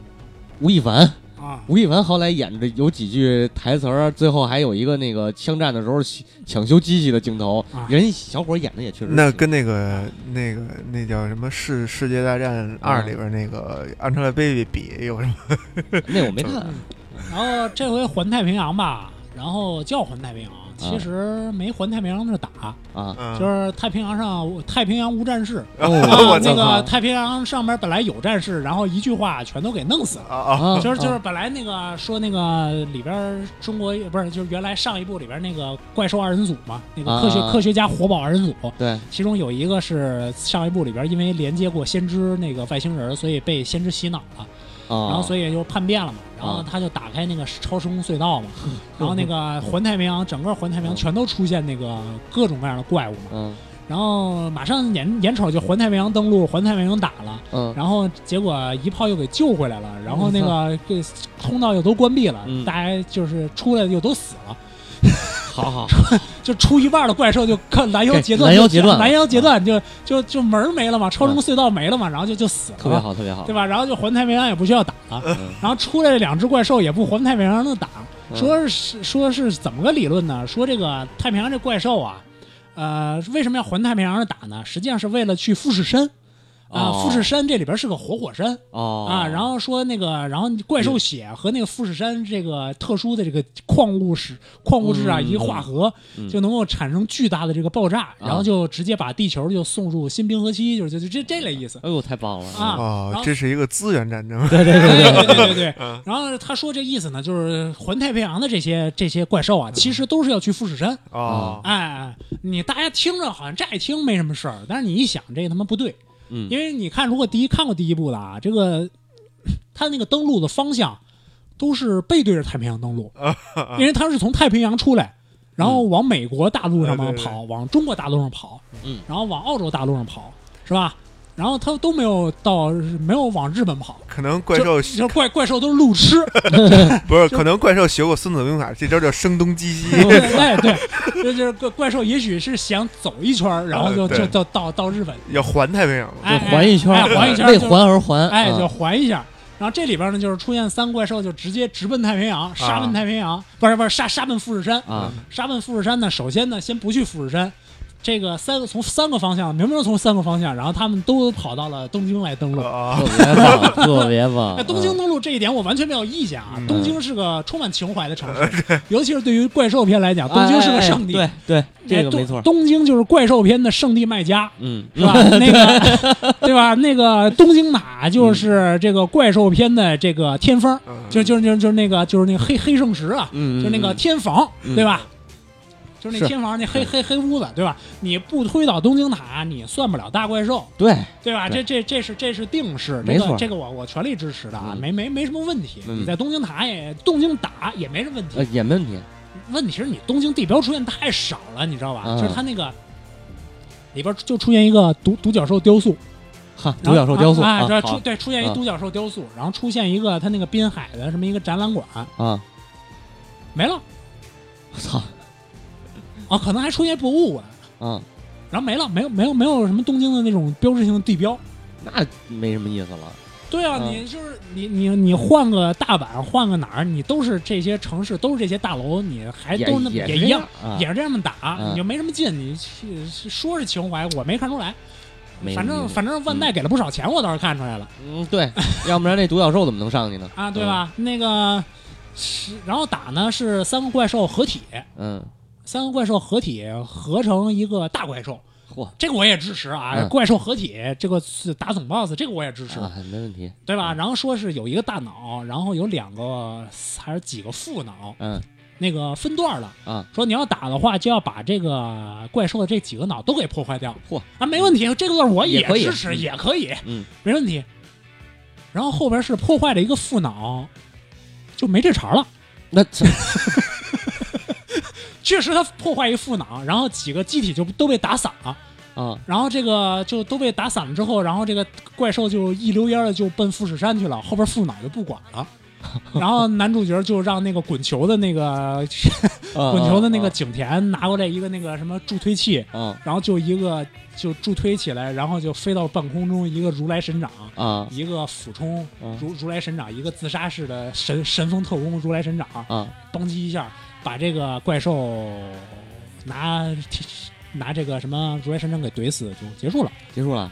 吴亦凡。啊，吴亦凡好歹演着有几句台词儿，最后还有一个那个枪战的时候抢修机器的镜头啊，人小伙演的也确实那挺跟那个那个那叫什么《世世界大战二》里边那个 Angelababy 比有什么？那我没看然后这回环太平洋吧，然后叫环太平洋，其其实没环太平洋那打，啊，嗯，就是太平洋上太平洋无战事。哦啊 (laughs) 我那操个太平洋上面本来有战事，然后一句话全都给弄死了。啊啊啊就是就是本来那个说那个里边儿中国不是就是原来上一部里边那个怪兽二人组嘛，那个科学啊啊啊科学家活宝二人组，对，啊其中有一个是上一部里边因为连接过先知那个外星人，所以被先知洗脑了，然然后所以就叛变了嘛，啊然后他就打开那个超时空隧道 (laughs) 嘛，然后那个环太平洋整个环太平洋全都出现那个各种各样的怪物嘛，嗯然后马上眼眼瞅就环太平洋登陆，环太平洋打了。嗯然后结果一炮又给救回来了，然后那个这通道又都关闭了，嗯大家就是出来又都死了，好好就出一半的怪兽就看拦腰截断，给拦腰截断了嗯拦腰截断就就就门儿没了嘛，超声隧道没了嘛，然后就就死特别了，好特别好对，吧？然后就环太平洋也不需要打了，嗯然后出来这两只怪兽也不环太平洋的打，嗯说是说是怎么个理论呢？说这个太平洋这怪兽啊，呃，为什么要环太平洋的打呢？实际上是为了去富士山。啊，哦富士山这里边是个活火山，哦嗯啊，然后说那个，然后怪兽血和那个富士山这个特殊的这个矿物石、矿物质啊，嗯一化合嗯啊就能够产生巨大的这个爆炸，然后就直接把地球就送入新冰河期，就是就就这这类意思。哎呦太棒了啊然哦后，这是一个资源战争，对对对对对对。嗯然后他说这意思呢，就是环太平洋的这些这些怪兽啊，其实都是要去富士山。哦，哎，你大家听着好像乍一听没什么事儿，但是你一想，这他妈不对。嗯因为你看，如果第一看过第一部的啊，这个他那个登陆的方向都是背对着太平洋登 (laughs) 陆，嗯因为他是从太平洋出来，然后往美国大陆上嗯嘛对对对跑，往中国大陆上跑，嗯然后往澳洲大陆上跑，是吧？然后他都没有到，没有往日本跑，可能怪兽就怪怪兽都是路 (laughs) 痴，不是，可能怪兽学过《孙子兵法》，这招叫声东 (laughs) 击西。哎对，这就是怪怪兽，也许是想走一圈儿，然后就呃对就就到到日本，要环太平洋了。哎就环一圈哎儿，哎环一圈儿为就环而环，哎，啊就还一下。然后这里边呢，就是出现三怪兽，就直接直奔太平啊洋，杀奔太平洋，不是不是杀杀奔富士山，啊杀奔富士山呢，首先呢，先不去富士山，这个三个从三个方向，明明从三个方向，然后他们都跑到了东京来登陆。啊， (laughs) 特别棒，特别棒。哎，东京登陆这一点我完全没有意见啊嗯，东京是个充满情怀的城市，尤其是对于怪兽片来讲，啊东京是个圣地。哎哎哎对对，这哎个东没错。东京就是怪兽片的圣地卖家。嗯， (laughs) 是吧？那个， (laughs) 对吧？那个东京塔就是这个怪兽片的这个天方，嗯就就就就是那个就是那个黑黑圣石啊，嗯，就是那个嗯天房，嗯对吧？就是是那天房那黑黑黑屋子，对吧？你不推倒东京塔，你算不了大怪兽，对，对吧？对这这这是这是定式，没这错个这个我我全力支持的啊，嗯没没没什么问题。嗯你在东京塔也东京打也没什么问题呃，，也没问题。问题是你东京地标出现太少了，你知道吧？嗯就是它那个里边就出现一个独独角兽雕塑，哈，然独后角兽雕塑啊，啊，这好出对出现一啊独角兽雕塑，然后出现一个它那个滨海的什么一个展览馆啊，没了我 (laughs) 操哦，可能还出现博物馆，啊，然后没了，没有没有没有什么东京的那种标志性的地标。那没什么意思了。对啊，嗯你就是你你你换个大阪，换个哪儿，你都是这些城市，都是这些大楼，你还也都是那么也也是这一样，啊，也是这么打，嗯你就没什么劲。你是是说是情怀，我没看出来。没嗯什反么意正思反正万代给了不少钱，我倒是看出来了嗯，对，要不然那独角兽怎么能上去呢？啊，对吧？嗯那个是，然后打呢是三个怪兽合体，嗯？三个怪兽合体合成一个大怪兽，嗯，嚯这个我也支持啊。嗯怪兽合体这个是打总 BOSS，这个我也支持，啊，没问题。对吧？然后说是有一个大脑，然后有两个还是几个副脑，嗯那个分段了。啊，说你要打的话，就要把这个怪兽的这几个脑都给破坏掉。嚯啊，没问题，这个段我也可以支持，嗯也可以，嗯，没问题。然后后边是破坏了一个副脑，就没这茬了。那这确实，他破坏一个副脑，然后几个机体就都被打散了。啊然后这个就都被打散了之后，然后这个怪兽就一溜烟的就奔富士山去了，后边副脑就不管 (laughs) 了。然后男主角就让那个滚球的那个嗯滚球的那个景田拿过来一个那个什么助推器，啊然后就一个就助推起来，然后就飞到半空中，一个如来神掌，啊啊一个俯冲嗯如如来神掌，一个自杀式的神神风特工如来神掌，啊嘣叽一下把这个怪兽拿拿这个什么如来神掌给怼死就结束了。结束了。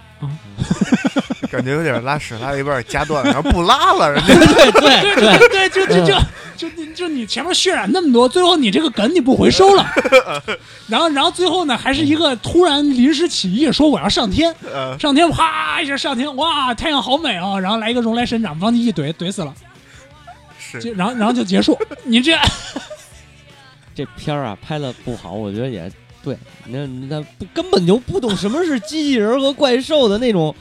感觉有点拉屎拉了一半儿夹断了，然后不拉了，人家对对哎对，嗯对，就就就就你就你前面渲染那么多，最后你这个梗你不回收了，然后然后最后呢，还是一个突然临时起意说我要上天， (laughs) 呃上天啪一下上天，哇，太阳好美啊，然后来一个如来神掌帮你一怼怼死了，就是然后然后就结束， (laughs) 你这这片儿啊拍的不好，我觉得也对。那那不根本就不懂什么是机器人和怪兽的那种。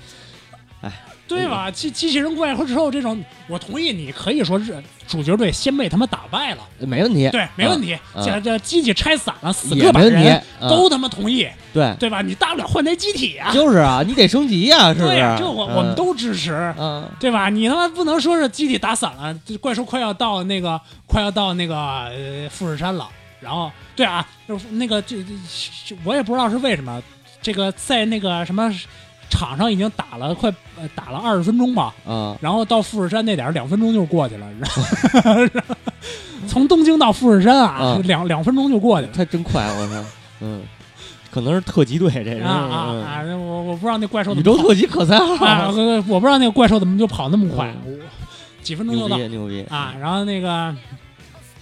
对吧？ (laughs) 机机器人怪兽之后这种，我同意你可以说是主角队先被他们打败了，没问题，对，没问题，嗯这这机器拆散了，死也个把没问题人，嗯都他妈同意，对，对吧？你大不了换台机体啊。就是啊，你得升级呀、是不是？对呀、这我我嗯们都支持，嗯对吧？你他妈不能说是机体打散了，这怪兽快要到那个快要到那个呃富士山了，然后对啊，就是那个这这我也不知道是为什么，这个在那个什么场上已经打了快呃打了二十分钟吧，嗯，然后到富士山那点儿两分钟就过去了，然后然后 (laughs) 从东京到富士山啊，嗯两两分钟就过去了。他真快，我操，嗯，可能是特级队，这是啊啊嗯啊！我我不知道那怪兽宇怎宙么特级可赛跑啊，号，我我不知道那个怪兽怎么就跑那么快，嗯我几分钟牛就到。逼牛逼啊，！然后那个，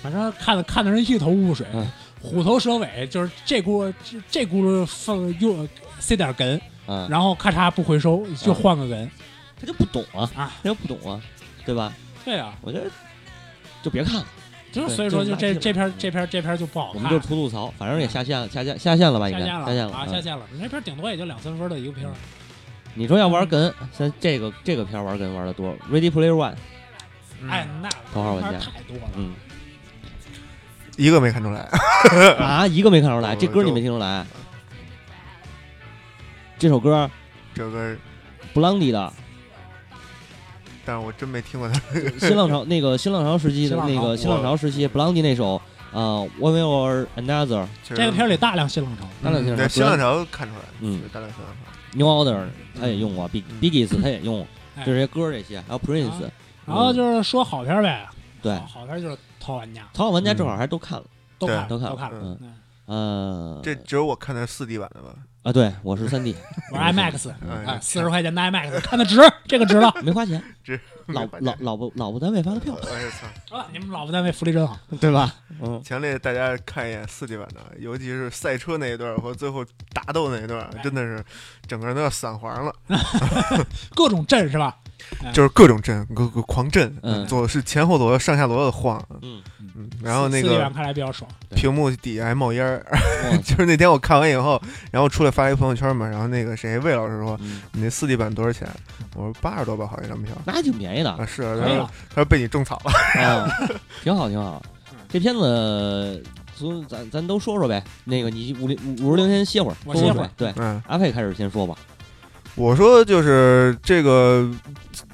反正看的看的人一头雾水，嗯虎头蛇尾，就是这轱这这轱辘放又塞点哏，嗯，然后咔嚓不回收，就嗯换个哏。他就不懂啊，啊他就不懂啊，对吧？对啊，我觉得就别看了，就是对所以说就是就垃这圾这篇嗯这篇这篇就不好我们看，就吐吐槽，反正也下线了，下线嗯下线了吧？应下该线下线了啊，嗯下线了。你这篇顶多也就两三分的一个片儿，你说要玩梗，像这个这个片儿玩梗玩的多，Ready Player One，嗯嗯哎，那头号玩片儿家太多了。嗯一个没看出来， (laughs) 啊，一个没看出来，我这歌你没听出来？这首歌这歌， b l o n d i (laughs) 的但是我真没听过他。新浪潮那个新浪潮时期的新浪那潮个新浪潮时期 b l o n d i 那首呃 One Way or Another 这这个片儿里大量新浪潮，大量新浪潮嗯对新浪潮看出来，嗯，大量新浪潮， New Order 他也用过，Big 嗯 Biggies 他也用，哎啊就这些歌这些，还有 Prince 然后就是说好片儿呗，嗯对好好片儿就是《头号玩家》，讨好玩家嗯正好还都看了，都对看了都看都看了了嗯，嗯呃，这只有我看的四 D 版的吧？啊对我是三 D，我是 IMAX，嗯啊， (laughs) 哎四十块钱的 IMAX 看的 (laughs) 值，这个值了。没花钱，老 (laughs) 没看老老婆老婆单位发的票，哎呀操！啊，你们老婆单位福利真好。对吧？嗯，强烈大家看一眼四 D 版的，尤其是赛车那一段和最后打斗那一段，真的是整个人都要散黄了，各种震是吧？就是各种震，各个狂震，嗯左是前后左右上下左右晃，嗯嗯，然后那四 D 个版看来比较爽。屏幕底下还冒烟儿，哇塞 (laughs) 就是那天我看完以后，然后出来发一朋友圈嘛，然后那个谁魏老师说嗯你那四 D 版多少钱？我说八十多吧，好像一张票。那还挺便宜的 (laughs) 啊，是啊，可他以说了他说被你种草了，啊，挺好挺好嗯。这片子，从咱咱都说说呗。那个你五零五五十铃先歇会儿，我多歇说会儿对，嗯，阿佩开始先说吧。我说就是这个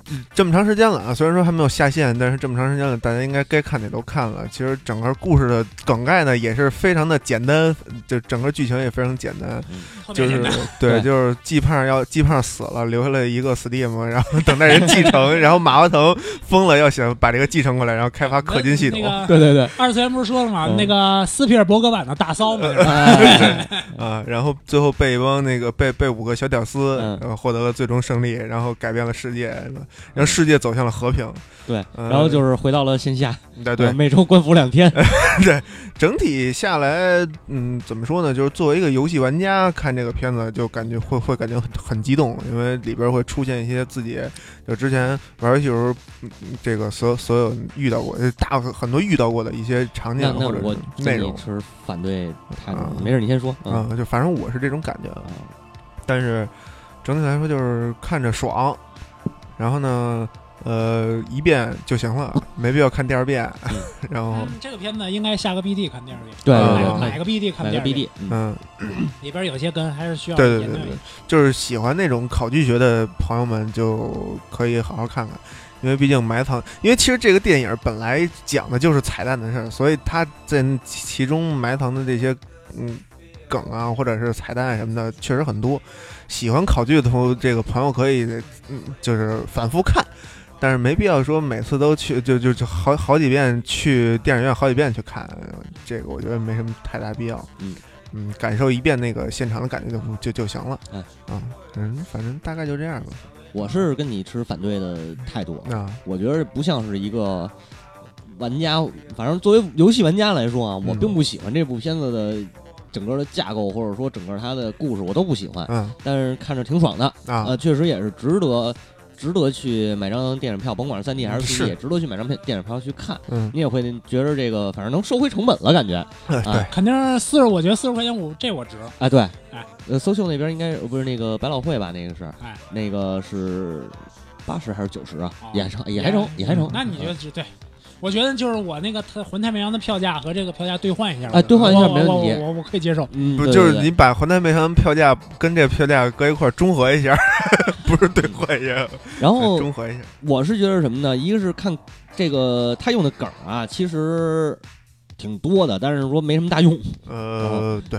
嗯这么长时间了啊，虽然说还没有下线，但是这么长时间了，大家应该该看的也都看了。其实整个故事的梗概呢也是非常的简单，就整个剧情也非常简单，特别就简是单对 (laughs) 对，就是季胖要季胖死了，留下了一个 Steam，然 (laughs) 后等待人继承，然后马化腾疯了要想把这个继承过来，然后开发氪金系统那啊、那个对对对，二次元不是说了吗？嗯那个斯皮尔伯格版的大骚呃嘛，是吧哎 (laughs) 啊然后最后被一帮那个被被五个小屌丝、嗯呃获得了最终胜利，然后改变了世界，让世界走向了和平。对，嗯然后就是回到了线下，对对哎呃，每周关服两天。整体下来，嗯，怎么说呢？就是作为一个游戏玩家看这个片子，就感觉会会感觉很很激动，因为里边会出现一些自己就之前玩游戏的时候，嗯这个所有所有遇到过呃大很多遇到过的一些场那景啊那或者我是内对你容持反对态度，嗯没事，你先说。嗯啊、就反正我是这种感觉啊。但是整体来说就是看着爽，然后呢，呃，一遍就行了，没必要看第二遍。 (laughs) 然后，嗯这个片子应该下个 BD 看第二遍，对对买对买个 BD 看买第个二遍， BD，嗯，嗯，里边有些根还是需要对对研究对一对下。就是喜欢那种考据学的朋友们就可以好好看看，因为毕竟埋藏，因为其实这嗯个电影本来讲的啊就是彩蛋的事儿，所以它在其中埋藏的这些嗯梗啊，或者是彩蛋啊什么的，确实很多。喜欢考据的同这个朋友可以嗯，就是反复看。但是没必要说每次都去， (laughs) 就就就好好几遍去电影院好几遍去看，这个我觉得没什么太大必要。嗯，嗯，感受一遍那个现场的感觉就不就就行了。哎啊，嗯，反正大概就这样吧。我是跟你持反对的态度，啊，我觉得不像是一个玩家，反正作为游戏玩家来说啊，我嗯并不喜欢这部片子的整个的架构，或者说整个它的故事，我都不喜啊欢。嗯但是看着挺爽的，啊，呃，确实也是值得，值得去买张电影票，甭管是三 D 还是四是 D，也值得去买张片电影票去看。嗯，你也会觉得这个反正能收回成本了，感觉。哎对，肯定是四十，我觉得四十块钱我这我值。哎，对哎，呃，搜秀那边应该不是那个百老汇吧？那个是，哎那个是八十还是九十啊？哦也还成，也还成，也还成。那你觉得值对？我觉得就是我那个他魂太平洋的票价和这个票价兑换一下，哎兑换一下我没问题我我我我可以接受。嗯，不对就是对你把环太平洋票价跟这票价搁一块儿中和一下， (laughs) 不是对换一下，然后中和一下。我是觉得什么呢？一个是看这个他用的梗儿啊，其实挺多的，但是说没什么大用。呃，对，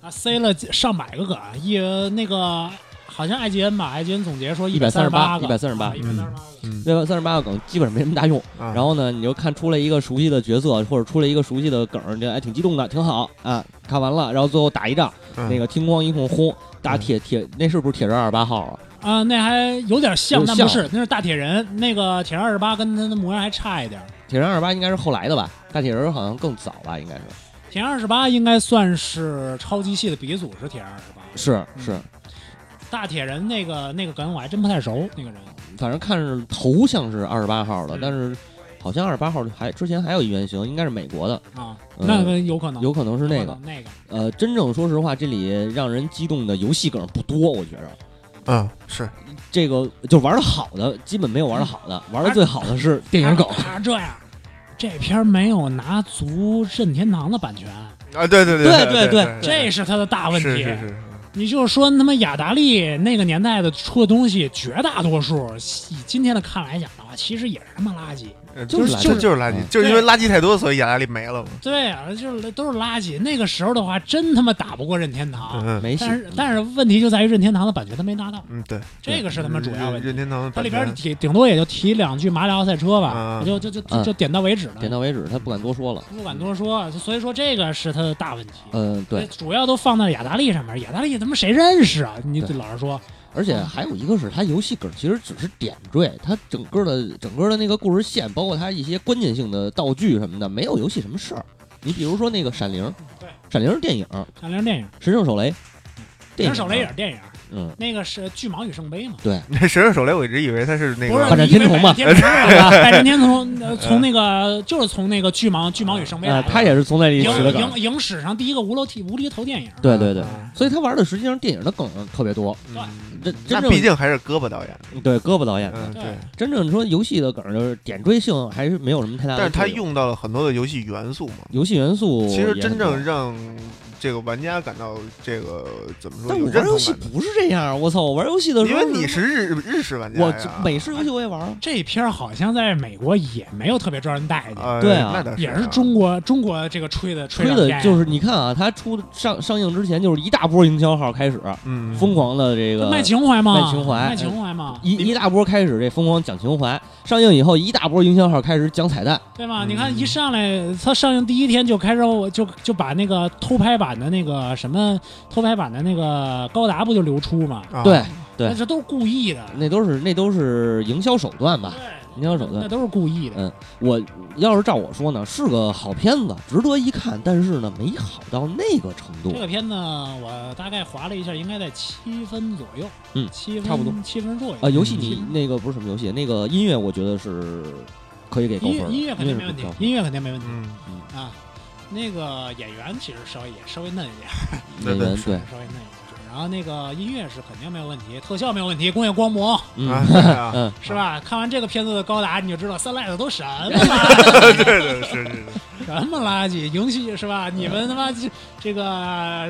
啊，塞了上百个梗，啊一那个好像艾吉恩吧，艾吉恩总结说138三十八个， 138啊138个嗯那三十八个梗基本上没什么大用。啊，然后呢，你就看出了一个熟悉的角色，或者出了一个熟悉的梗儿，这哎挺激动的，挺好啊。看完了，然后最后打一仗，那那个听光一通轰，打嗯铁铁那是不是铁人二十八号啊？啊，那还有点像，有但像不是，那是大铁人，那个铁人二十八跟他的模样还差一点儿。铁人二十八应该是后来的吧？大铁人好像更早吧，应该是铁人二十八应该算是超级系的鼻祖，是铁人二十八。是嗯是，大铁人那个那个梗我还真不太熟，那个人反正看着头像是二十八号的，嗯但是好像二十八号还之前还有一原型，应该是美国的，啊，嗯那个有可能有可能是那有可个能。那个呃，真正说实话，这里让人激动的游戏梗不多，我觉着嗯是这个就玩的好的基本没有玩的好的，嗯玩的最好的 (laughs) 是电影梗。啊这样，这片儿没有拿足任天堂的版权，啊，对对对对对对，这是他的大问题。是是是，你就说他妈雅达利那个年代的出的东西，绝大多数以今天的看来讲的话，其实也是他妈垃圾。呃就是垃圾就是就是垃圾，嗯就是因为垃圾太多，所以雅达利没了嘛。对啊，就是都是垃圾。那个时候的话，真他妈打不过任天堂。(laughs) 嗯没戏但，是但是问题就在于任天堂的版权他没拿到，嗯，对，这个是他妈主要问题。任天堂它里边提顶多也就提两句马里奥赛车吧，嗯就就就嗯就点到为止了，点到为止，他不敢多说了。不敢多说。所以说这个是他的大问题。嗯、对，主要都放在雅达利上面，雅达利他妈谁认识啊？你对老实说，而且还有一个是，它游戏梗其实只是点缀，它整个的整个的那个故事线，包括它一些关键性的道具什么的，没有游戏什么事儿。你比如说那个《闪灵》，对闪灵》是电影，《闪亮电影，神圣手雷》电闪影，手雷也是，电影，嗯，那个是《巨蟒与圣杯》嘛。那神圣手雷，我一直以为他是那不是反个啊战天童嘛百 (laughs) 战天童是吧百战天童呃从那个就是从那个巨蟒巨蟒与圣杯来呃，的，它也是从那里影取的梗，影影史上第一个无楼梯无厘头电影。对对对。嗯所以他玩的实际上电影的梗特别多，嗯这真那正毕竟还是胳膊导演，对胳膊导演嗯的，对，真正说游戏的梗就是点缀性还是没有什么太大的但作是用，他用到了很多的游戏元素嘛。游戏元素其实也真很多正让这个玩家感到这个怎么说但有我认玩同游戏感的，不是这样，我操！我玩游戏的时因候，为你是日日式玩家我呀美式游戏我也玩啊，这片儿好像在美国也没有特别招人待见，呃对啊那倒也是是啊中国中国这个吹的哎吹上的天就是你看啊，它出上上映之前就是一大波营销号开始嗯疯狂的这个卖情怀嘛，卖情怀嗯卖情怀嘛，一一大波开始这疯狂讲情怀，上映以后一大波营销号开始讲彩蛋，对吧？嗯你看一上来，它上映第一天就开始，我就就把那个偷拍版的那个什么偷拍版的那个高达不就流出嘛？啊对，对那这都是故意的，那都是那都是营销手段吧，对，营销手那段。都是故意的。我要是照我说呢，是个好片子，值得一看，但是呢，没好到那个程度这。个片子我大概划了一下，应该在七分左右，嗯七分差不多，七分左右。啊，游戏嗯你那个不是什么游戏，那个音乐我觉得是可以给高音分乐的，音乐肯定是没问题高，分音乐肯定没问题嗯，啊。那个演员其实稍微也稍微嫩一点，对演对员是对，稍微嫩一点。然后那个音乐是肯定没有问题，特效没有问题，工业光魔嗯啊对啊嗯，是吧？看完这个片子的高达，你就知道三赖子都什么垃 (laughs) 对对是是是，圾什么垃圾，影戏是嗯吧？你们他妈这这个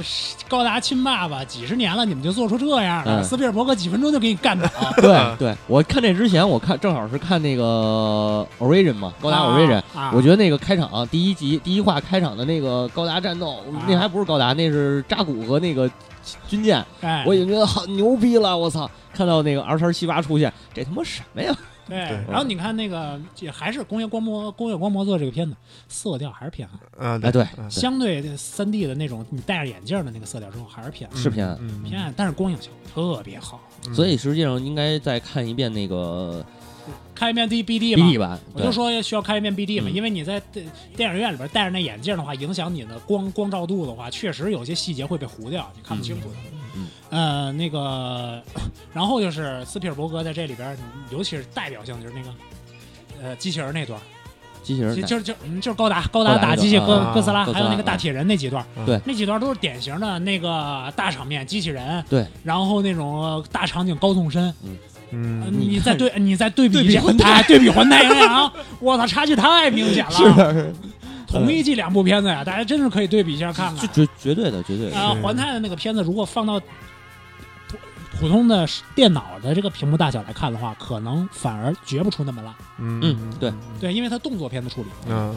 高达亲爸爸几十年了，你们就做出这样了，嗯斯皮尔伯格几分钟就给你干倒。对对，我看这之前，我看正好是看那个 Origin 嘛， (laughs) 高达 Origin，、啊，我觉得那个开场、第一集第一话开场的那个高达战斗，嗯啊那还不是高达，那是扎古和那个军舰，哎我已经觉得好牛逼了，我操！看到那个 R 三七八出现，这他妈什么呀？对对，然后你看那个，也还是工业光魔工业光魔做这个片子，色调还是偏暗，啊，哎，对，嗯相对三 D 的那种你戴着眼镜的那个色调之后还是偏暗，是偏暗嗯偏暗，但是光影效果特别好。啊嗯所以实际上应该再看一遍那个看一遍 D B D 嘛 BD，版，我对就，说需要看一遍 BD 嘛，嗯因为你在电电影院里边戴着那眼镜的话，影响你的光光照度的话，确实有些细节会被糊掉，你看不清楚的。嗯呃，那个， (coughs) 然后就是斯皮尔伯格在这里边，尤其是代表性就是那个，呃，机器人那段，机器人就奶就就嗯就是高达高高达达那打个机器啊哥啊哥斯拉，哥斯拉还有那个大铁人那几段嗯，对那几段都是典型的那个大场面机器人，对，然后那种呃大场景高纵深，呃嗯，你你再看对你再对比对一比下，环太哎，对比 (laughs) (laughs) 环太平洋，我操，差距太明显了。是同一季两部片子呀，大家真是可以对比一下看就看。绝绝对的，绝对的，嗯啊，是环太的那个片子，如果放到普普通的电脑的这个屏幕大小来看的话，可能反而觉不出那么烂。嗯嗯对，对，因为它动作片的处理。嗯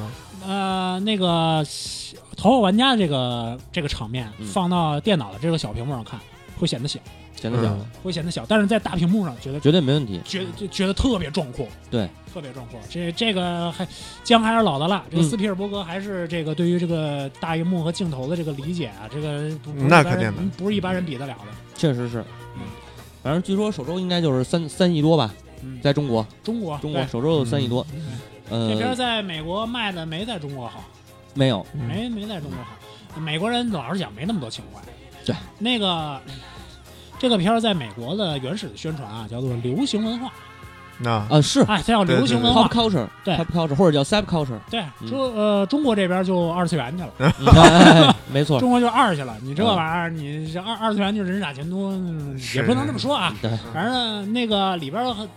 呃，那个《头号玩家》这个这个场面嗯放到电脑的这个小屏幕上看，会显得小，显得小，会显得小，但是在大屏幕上觉得绝对没问题。觉得觉得特别壮阔，对，特别壮阔。这这个还姜还是老的辣，这嗯个斯皮尔伯格还是这个对于这个大荧幕和镜头的这个理解啊，这个不不是那一般肯人定不是一般人比得了的。确实是嗯，反正据说首周应该就是三三亿多吧，嗯，在中国，中国，中国对嗯首周有三亿多，这片儿呃，在美国卖的没在中国好，没有，嗯没没在中国好。美国人老实讲没那么多情怀。对，那个这个片儿在美国的原始的宣传啊，叫做流行文 (laughs) 化，那啊是哎，它叫流行文化 pop。culture，对 pop culture 或者叫 sub (laughs) culture，对，嗯说呃，中国这边就二次元去了。哎没错，中国就二去了。你这玩意儿，嗯你这二二次元就人傻钱多，嗯是也不能这么说啊。对，反正呢那个里边儿 (clears throat) 和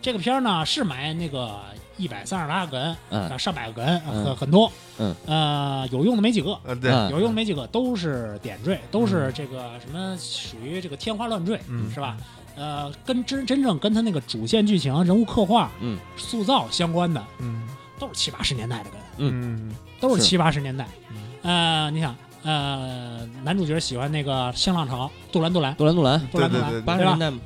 这个片儿呢是埋那个一百三十八个梗，嗯上百个梗，嗯很很多。嗯，呃，有用的没几个，呃对，嗯，有用的没几个，都是点缀，都是这个什么属于这个天花乱坠，嗯是吧？呃，跟真真正跟他那个主线剧情、人物刻画、嗯塑造相关的，嗯都是七八十年代的梗。嗯都是是七八十年代嗯。呃，你想，呃，男主角喜欢那个新浪潮杜兰杜兰，杜兰杜兰，杜兰杜对兰，对八十年代嘛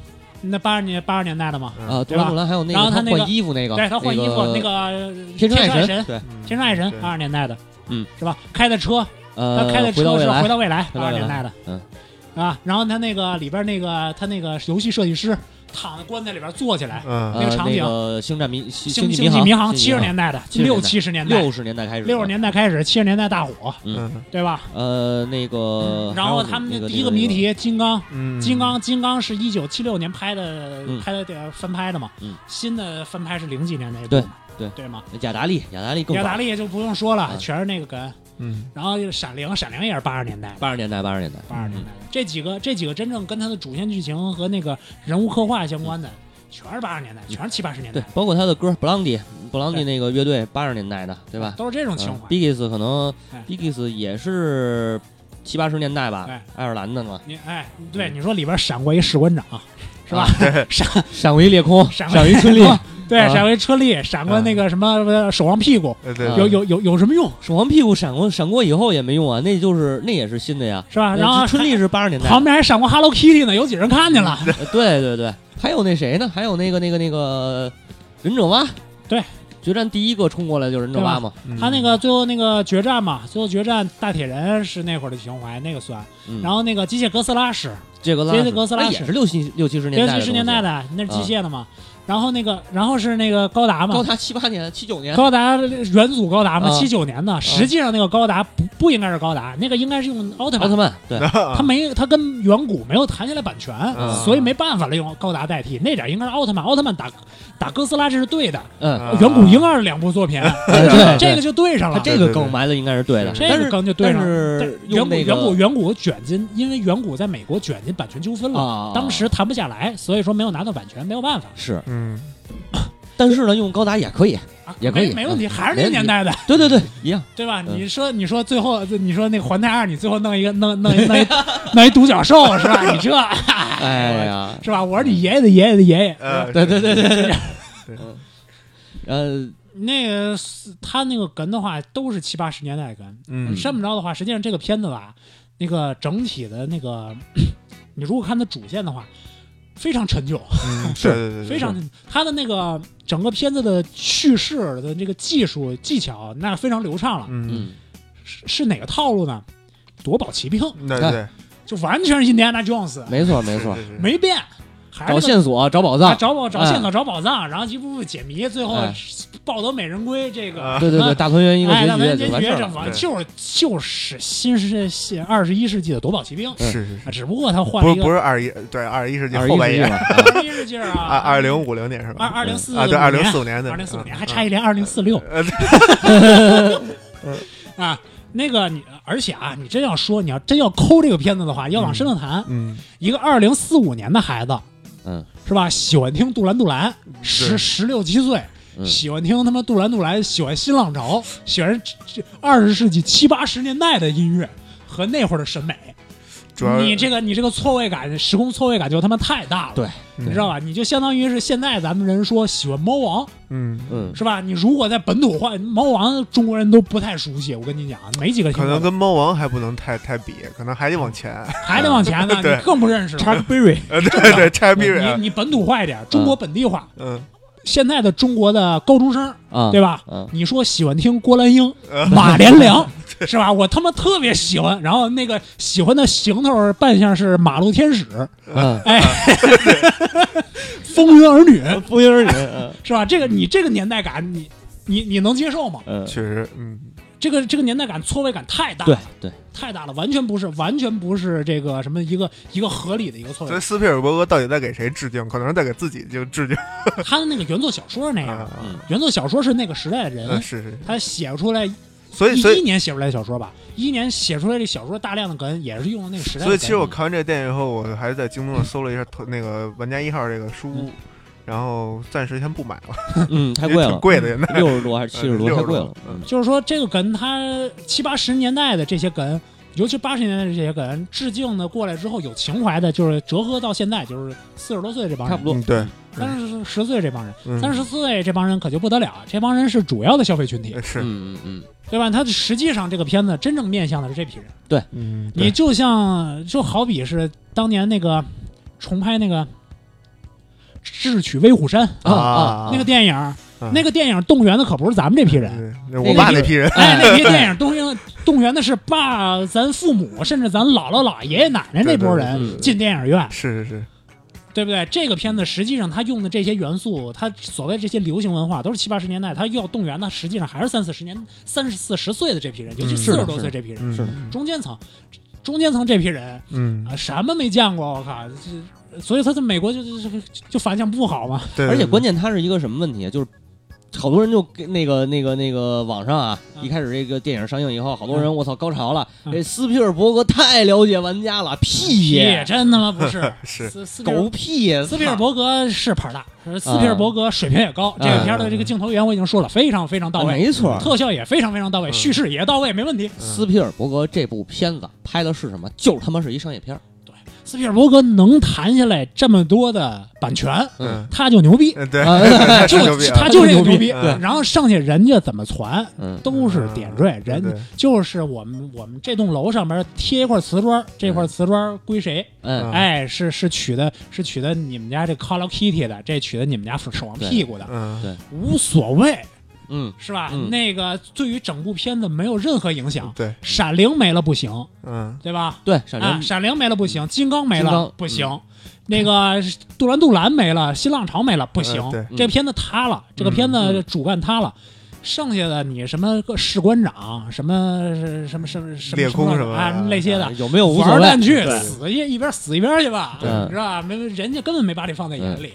那八十年八十年代的嘛。嗯啊，杜对吧兰杜兰还有那然后个他那个换衣服那个，对他换衣服，那那个呃天生生爱爱神，，对，嗯天生爱神啊对，二十年代的，嗯，是吧？开的车，他呃，开的回到车未是来回，到未来，回到二未来十年代的，嗯，啊，然后他那个里边那个他那个游戏设计师躺在棺材里边坐起来，嗯那个呃场景个星战迷星星际际迷迷航七十年代的， 70年代六七十年代，六十年代开始，六十年代开始，七十年代大火，嗯对吧？呃，那个，嗯然还后有他们那的个第一个谜，题金刚。嗯，金刚，金刚是一九七六年拍的，嗯拍的电影翻拍的嘛。嗯新的翻拍是零几年那一部对嘛，对对吗？那个雅达利，雅达利更雅达利，利也就不用说了，嗯全是那个梗。嗯然后就是闪灵，闪灵也是八十年代的，八十年代，八十年代，八十年嗯代的这几个这几个真正跟它的主线剧情和那个人物刻画相关的，全是八十年代，全是七八十年嗯代对的，，包括他的歌，Blondie，对 Blondie 那个乐队八十年代的，对吧？都是这种情嗯怀。 Biggs 可能哎 Biggs 也是七八十年代吧哎，爱尔兰的嘛，你哎，对，你说里边闪过一士官长，啊是吧？闪过一裂空，闪闪过过一春丽，对，啊嗯闪过一车裂，闪过那个什么呃守望屁股，呃对，有有有有什么用手黄屁股闪过，闪过以后也没用啊，那就是那也是新的呀。是吧？呃啊然后这春丽是八十年代的，旁边还闪过 Hello Kitty 呢，有几人看见了？呃对对对，还有那谁呢？还有那个那个那个忍者蛙，对，决战第一个冲过来就是忍者蛙嘛，嗯他那个最后那个决战嘛，最后决战大铁人是那会儿的情怀，那个算。嗯然后那个机械哥斯拉是这个拉杰克哥斯拉哎是也是六七六七十六年代，七十年代的嗯的，那是机械的嘛。然后那个，然后是那个高达东西，高嘛，达七八年、七九年，高达元祖高达嘛，啊七九年的。实际上那个高达不不应该是高达，那个应该是用奥特奥曼特。曼，对，他没，他跟远古没有谈下来版权，嗯所以没办法了，用高达代替。那点儿应该是奥特曼，奥特曼打打哥斯拉这是对的，嗯，啊远古婴儿两部作品，哎对，这个对就对上他了。这对个对梗对埋的应该是对的，这但个是刚就对但上了。是远用古那远古个远古卷进，因为远古在美国卷进版权纠纷了，啊，当时谈不下来，所以说没有拿到版权，没有办法是，嗯但是呢，用高达也可以，啊，也可以没没问题，嗯还是那个年代的，对对对，一样，对吧？嗯你说你说最后你说那个环太二，你最后弄一个弄弄 (laughs) 一弄一弄一独角兽是吧？你这哎呀，是吧？我是你爷爷的爷爷的爷爷。呃对对对对对对嗯呃，那个是他那个梗的话，都是七八十年代的梗，嗯这么着的话，实际上这个 (coughs) 片子吧，那个整体的那个，你如果看它主线的话，非常陈旧，嗯，是对对对，对非常他的那个整个片子的叙事的这个技术技巧，那非常流畅了。嗯，嗯，是是哪个套路呢？夺宝奇兵，对对对，就完全是 Indiana Jones，没错没错是，，是是没变，还找是那个线索找宝啊藏，找宝找哎线索找宝藏，然后一步步解谜，最后哎抱得美人归。这个 (laughs) 啊对对对，啊大团圆一个哎，结大局也文就结完局事儿这了。完对就是就是新世纪二十一世纪的夺宝奇兵，是是啊是，只不过他换不了是一个不是二一对二十一世纪二后十半一世纪叶，嘛，二十一世纪啊，二二零五零年是二吧？二零四啊，对，二零四五年的二零四五年，还嗯差一年二零四六呃，啊。那个你，而且啊，你真要说你要真要抠这个片子的话，要往深了谈，嗯，一个二零四五年的孩子，嗯，是吧？喜欢听杜兰杜兰，十十六七岁，嗯喜欢听他妈杜兰杜兰，喜欢新浪潮，喜欢二十世纪七八十年代的音乐和那会儿的审美。主要你这个你这个错位感，时空错位感就他妈太大了。对嗯你知道吧？你就相当于是现在咱们人说喜欢猫王嗯， (laughs) 嗯，是吧？你如果在本土化，猫王中国人都不太熟悉。我跟你讲，没几个听可过能的，跟猫王还不能太太比，可能还得往前。 (laughs) 还得往前呢，对你更不认识了。 Chuck (laughs) Berry，呃，对对，差别啊你人，啊你本土化一点，中国本地化。嗯，现在的中国的高中生，啊，对吧？嗯，你说喜欢听郭兰英、呃马连良 (laughs) 是吧？我他妈特别喜欢，然后那个喜欢的行头儿扮相是马路天啊使、嗯， (laughs) 风云儿女风英人，是吧？这个你这个年代感，你你你能接受吗？嗯，确实，嗯，这个这个年代感错位感太大对了，对，太大了，完全不是完全不是这个什么一个一个合理的一个错位所以感。斯皮尔伯格到底在给谁致敬？可能是在给自己就致敬他的那个原作小说是那样，啊，原作小说是那个时代的嗯，人，是是，他写出来所以一所一以年写出来的小说吧，一一年写出来这小说大量的梗也是用了那个时代的梗。所以其实我看完这个电影以后，我还是在京东上搜了一下头那个玩家一号这个书嗯，然后暂时先不买了，嗯，太因为贵挺了， (laughs) 贵的，现在六十多还是七十多，嗯太贵60了多。嗯就是说这个梗，它七八十年代的这些梗，尤其八十年代的这些梗，致敬的过来之后有情怀的，就是折合到现在就是四十多岁这帮差不人，多嗯，，对，三十十岁这帮人，嗯三十岁这帮人可就不得了，啊这帮人是主要的消费群体，是，嗯嗯嗯，对吧？他实际上这个片子真正面向的是这批人，嗯，对你就像就好比是当年那个重拍那个《智取威虎山》啊嗯那个电影，啊那个电影动员的可不是咱们这批人。对我爸那批人，哎，那些电影动员动员的是爸、咱父母，甚至咱姥姥、姥爷、爷爷、奶奶那波对对人对进电影院，是是是，对不对？这个片子实际上他用的这些元素，他所谓这些流行文化都是七八十年代，他要动员的实际上还是三四十年、三十四十岁的这批人，尤其四嗯是十的多是岁的这批人，嗯是的中间层，中间层这批人嗯啊，，什么没见过，我靠！这所以他在美国就就就就反响不好嘛，对，而且关键键它是一个什么问题啊？就是好多人就给那个那个那个网上啊，嗯一开始这个电影上映以后，好多人我操高潮了，嗯这斯皮尔伯格太了解玩家了，屁也耶，真他妈不是是斯斯皮尔狗屁耶，斯皮尔操伯格是牌儿大，斯皮尔伯格水平也高。这个片儿的这个镜头语言我已经说了，非常非常到位，啊没错儿。特效也非常非常到位，嗯叙事也到位，没问题。斯皮尔伯格这部片子拍的是什么？就是他妈是一商业片儿，斯皮尔伯格能谈下来这么多的版权，嗯，他就牛逼，嗯对，啊就太 (laughs) 牛逼了他就 (laughs) 这个牛逼。嗯对然后剩下人家怎么传嗯，都是点缀，人对就是我们我们这栋楼上边贴一块瓷砖，这块瓷砖归谁？嗯嗯哎，是是取的是取的你们家这 Hello Kitty 的，这取的你们家手王屁股的，嗯，无所谓。嗯是吧？嗯那个对于整部片子没有任何影响。对，闪灵没了不行，嗯，对吧？对，闪啊，灵闪灵没了不行，金刚没金了刚嗯不行，那个杜兰杜兰没了，新浪潮没了哎不行嗯对。这片子塌了，这个片嗯子主干塌了。剩下的你什么个士官长，什么什么什么什么猎空什什么么啊那些的，有没有无玩所儿谓？蛋去，对死一一边死一边去吧，对你知道吧？没人家根本没把你放在眼里，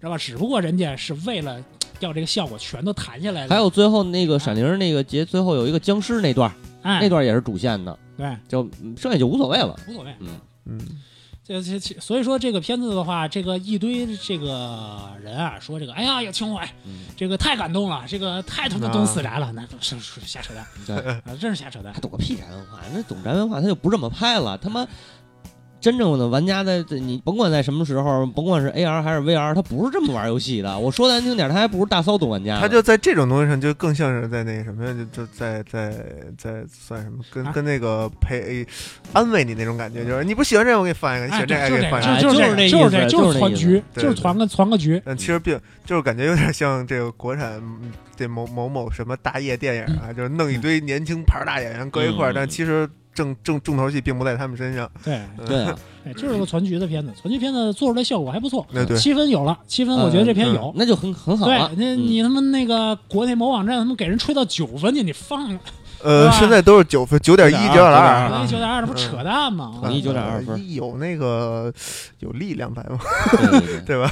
知道吧？只不过人家是为了要这个效果，全都弹下来了。还有最后那个闪灵那个节，最后有一个僵尸那段儿，哎，那段儿也是主线的，对，就嗯剩下就无所谓了。无所谓。嗯，这这这，所以说这个片子的话，这个一堆这个人啊，说这个哎呀有情怀，嗯这个太感动了，这个太啊他妈懂死宅了，那都是是瞎扯淡对啊，真是瞎扯淡还。懂个屁宅文化？那懂宅文化他就不这么拍了，他妈。真正的玩家在在你甭管在什么时候，甭管是 AR 还是 VR，他不是这么玩游戏的。我说难听点，他还不是大骚懂玩家呢。他就在这种东西上，就更像是在那个什么呀，就就在在在算什么，跟、啊跟那个陪安慰你那种感觉，就是你不喜欢这个，我给你放一个；你喜哎，欢这对个，还就给是你这个，放一个。就哎就是是这，就是这意思就是这这，就是团意思局，对就是对团个团个局。但其实并就是感觉有点像这个国产嗯这某某某什么大业电影啊，就是弄一堆年轻牌儿大演员搁一块儿，嗯但其实正正重头戏并不在他们身上。对，对啊，对，就是个团局的片子，团局片子做出来效果还不错，那对，嗯七分有了，七分我觉得这片有。那就很很嗯好对了。，那嗯你他妈那个国内某网站他妈给人吹到九分去，你放对呃，吧现在都是九分、九点一、九点9.2二国内九点二，这不嗯扯淡吗？统一9.2分哎有那个有力量版吗？对对 (laughs) 对吧？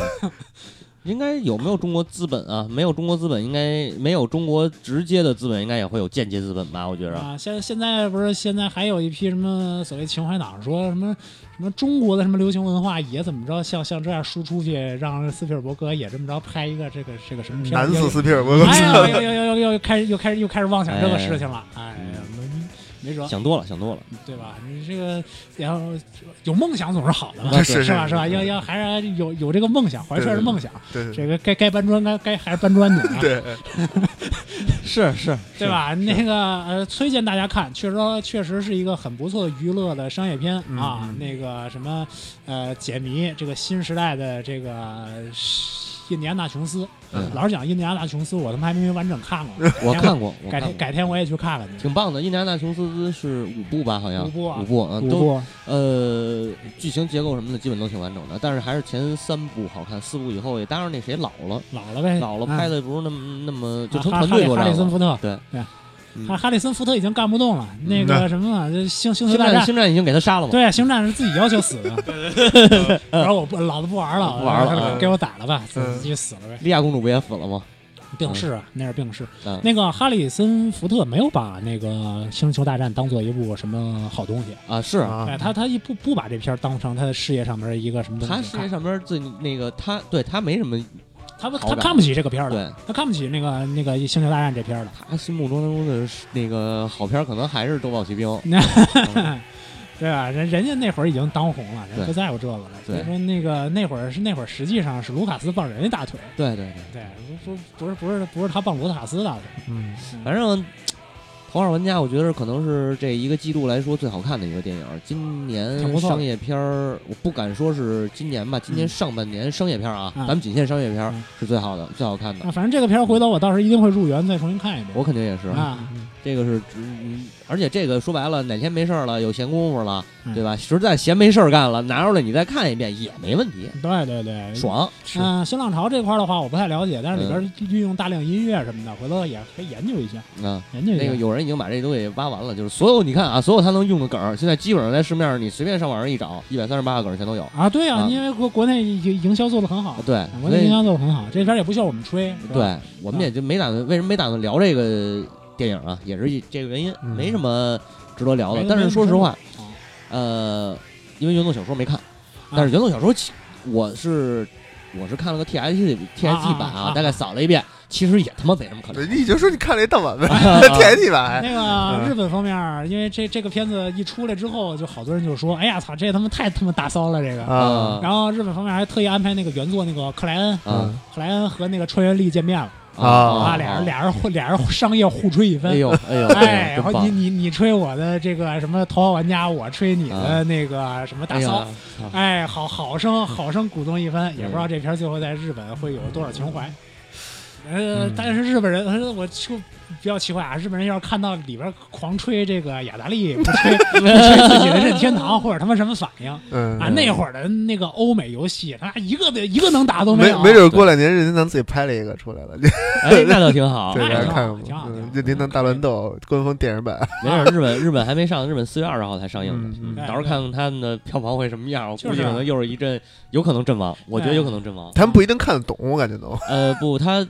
应该有没有中国资本啊？没有中国资本，应该没有中国直接的资本，应该也会有间接资本吧？我觉着。啊，现在现在不是现在还有一批什么所谓情怀党说什么什么中国的什么流行文化也怎么着，像像这样输出去，让斯皮尔伯格也这么着拍一个这个这个什么片难子。死斯皮尔 (laughs) 伯格。嗯哎呀，又又又又又开始又开始又开始妄想这个事情了，哎呀，没没辙，想多了，想多了。对吧？你这个然后有梦想总是好的嘛，啊是是吧？是是吧？要要还是有有这个梦想，怀揣着梦想，对这个该该搬砖该该还是搬砖去 (laughs) 啊， (laughs) 对， (laughs) 是是，对吧？那个呃，推荐大家看，确实说确实是一个很不错的娱乐的商业片嗯啊。嗯那个什么呃，解谜这个新时代的这个呃印第安纳琼斯，嗯老实讲，印第安纳琼斯我他妈还没完整看过，我看过，我改看天过，改天我也去看看去。挺棒的。印第安纳琼斯是五部吧？好像五部啊五部，嗯，都部呃，剧情结构什么的基本都挺完整的，但是还是前三部好看，四部以后也当然那谁老了，老了呗，老了啊拍的不是那么那么就啊成哈团哈队里作哈战里森了。福特，对对，嗯哈哈里森福特已经干不动了，那嗯个什么，啊这星星球星大战战，星战已经给他杀了嘛？对，啊星战是自己要求死的， (laughs) 然后我不老子不玩了，不玩了了，嗯给我打了吧，自嗯己死了呗。莉亚公主不也死了吗？病逝啊，那是病逝。嗯那个哈里森福特没有把那个《星球大战》当做一部什么好东西，啊，是啊哎，他他一不不把这片儿当成他的事业上面一个什么东西他看，事业上边最那个他对他没什么他不好他感看不起这个片儿的，对，他看不起那个那个《星球大战》这片儿的。他心目中的那个好片儿可能还是《周报骑兵》嗯对吧？人人家那会儿已经当红了，人对不在乎这个了。所对以说那个那会儿是那会儿，实际上是卢卡斯抱人家大腿，对对对，对，不不不是不是不是他抱卢卡斯大腿。嗯，反正《头号玩家》我觉得可能是这一个季度来说最好看的一个电影。今挺年不错的商业片儿，我不敢说是今年吧，今年上半年商业片儿啊，嗯咱们仅限商业片儿嗯是最好的、最好看的啊，。反正这个片儿回头我到时候一定会入园再重新看一遍。嗯我肯定也是，啊，这个是，嗯而且这个说白了，哪天没事儿了，有闲工夫了，嗯对吧？实在闲没事儿干了，拿出来你再看一遍也没问题，对对对，爽。是嗯、新浪潮这块儿的话，我不太了解，但是里边儿运用大量音乐什么的，回头也可以研究一下，啊，研究一下。 (laughs) 那个有人已经把这都给挖完了，就是所有你看啊，所有他能用的梗儿，现在基本上在市面上你随便上网上一找，一百三十八个梗儿全都有。啊，对啊，啊因为国国内营营销做的很好，对，所国内以营销做的很好，这片儿也不需要我们吹，是吧，对我们也就没打算，为什么没打算聊这个电影啊？也是一这个原因，嗯没什么值得聊的没。但是说实话没什么，啊呃，因为原作小说没看，但是原作小说其我是我是看了个 T S T T S 啊啊 T 版啊啊大概扫了一遍，其实也他妈没什么可聊对，。你就说你看了一盗版呗， (laughs) 啊天气吧， (laughs) 哎那嗯个日本方面儿，因为这这个片子一出来之后，就好多人就说：“哎呀，操，这他妈太他妈大骚了！”这个。啊然后日本方面还特意安排那个原作那个克莱恩，嗯啊克莱恩和那个川原丽见面了啊啊，俩人俩人互俩人互商业互吹一番哎。呦哎呦 (laughs) 哎，呦然真后你棒！你你吹我的这个什么头号玩家，我吹你的那个什么大啊哎骚呀，，哎，好好嗯生好生鼓动一番，也不知道这片儿最后在日本会有多少情怀。呃嗯，但是日本人，呃我就比较奇怪啊，日本人要是看到里边狂吹这个雅达利，不 (laughs) 吹不吹自己的任天堂，或者他妈什么反应啊？嗯，那会儿的那个欧美游戏，他妈一个一个能打都没有，啊没准过两年任天堂自己拍了一个出来了，哎，那倒挺 (laughs) 好。 (laughs) 哎哦对，那大也家挺好看过挺好吗？挺好嗯任天堂大乱斗官方电影版，没事儿，日本日本还没上，日本四月二十号才哎上映呢。嗯嗯到时候看看他们的票房会什么样，我就估计是可能又是一阵，有可能阵亡，我觉得有可能阵亡。他们不一定看得懂，我感觉都。哎呃，不，他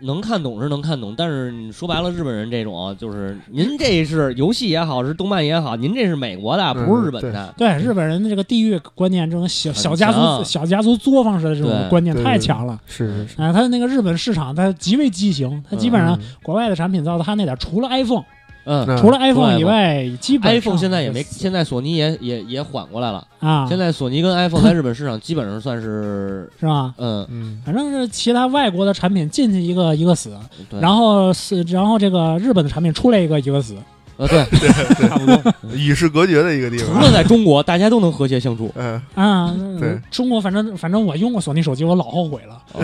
能看懂是能看懂，但是你说白了，日本人这种啊就是您这是游戏也好，是动漫也好，您这是美国的，嗯不是日本的。对日本人的这个地域观念，这种小小家强族小家族作坊式的这种对观念啊对太对强了。是是是，啊、他那个日本市场，它极为畸形，它基本上嗯国外的产品到它那点儿，除了 iPhone，嗯嗯除了 iPhone iPhone 以外，基本上，iPhone 现在也没，现在索尼也也也缓过来了。啊，现在索尼跟 iPhone 在日本市场基本上算是，是吧？嗯，嗯，反正是其他外国的产品进去一个一个死，对，然后是然后这个日本的产品出来一个一个死，呃，对，对差不多。嗯与世隔绝的一个地除方。了在中国，大家都能和谐相 (laughs) 处。嗯，啊，对中国反正反正我用过索尼手机，我老后悔了。 (laughs) 哦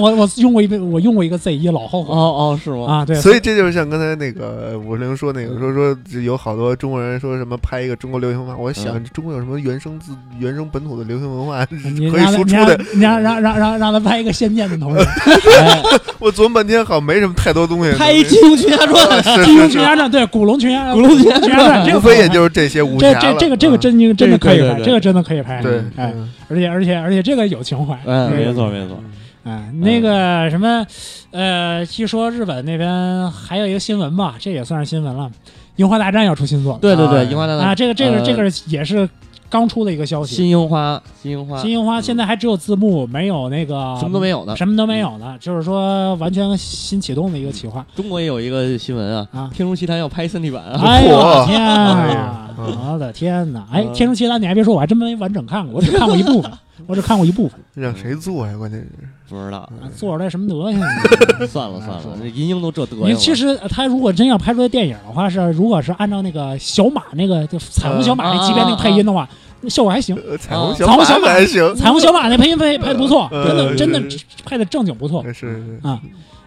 我我用过一个，我用过一个 Z 一，老后哦悔哦，是吗？啊。对，嗯所以这就是像刚才那个五十铃说那个说说有好多中国人说什么拍一个中国流行文化，我嗯想中国有什么原生自原生本土的流行文化可你以让输他出的？你让让让让让他拍一个《仙剑》的同志，哎我琢磨半天好像没什么太多东西。拍一《金庸群侠传》，是《是金庸是群侠传》对，《古龙群侠》《古龙群侠群侠传》这个无非也就是这些武这侠这了这个这个嗯真真的可以对对拍，对这个真的可以拍。对，哎，嗯而且而且而且这个有情怀。嗯，这个没错没错，哎，那个什么，呃，据说日本那边还有一个新闻吧，这也算是新闻了，《樱花大战》要出新作了对对对，哎樱花大战，啊！这个这个呃这个也是刚出的一个消息。新樱花，新樱花，新樱花现在还只有字幕，没有那个什么都没有呢。什么都没有呢，就是说完全新启动的一个企划。中国也有一个新闻啊，啊《天书奇谭》要拍三 D 版啊，哎呦嚯我的天啊！哎呀我的天哪！哎，嗯《天书奇谭》你还别说，我还真没完整看过，我只看过一部分，我只看过一部分。让谁做呀？关键是不知道， (laughs) 啊做出来什么德行？算了算哎说了，这银鹰都这德行你了。其实呃他如果真要拍出来电影的话，是如果是按照那个小马那个就彩虹小马那级别那个配音的话，那效果还行。呃彩虹啊小彩虹马小马还行，彩虹小马那配音配配的不错，呃真的呃真的是配的正经不错。是哎是啊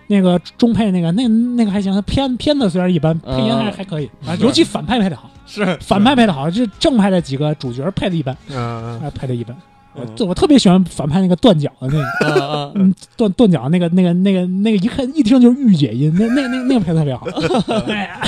那个中配那个那那个还行，他片片子虽然一般，配音还嗯还可以啊，是尤其反派配的好，是 (laughs) 反派配的好，这正派的几个主角配的一般，嗯嗯啊，配的一般。我嗯我特别喜欢反派那个断脚的那个，啊啊嗯，断断脚那个那个那个那个一看一听就是御姐音，那那那那个配得特别好。 (laughs) 哎呀，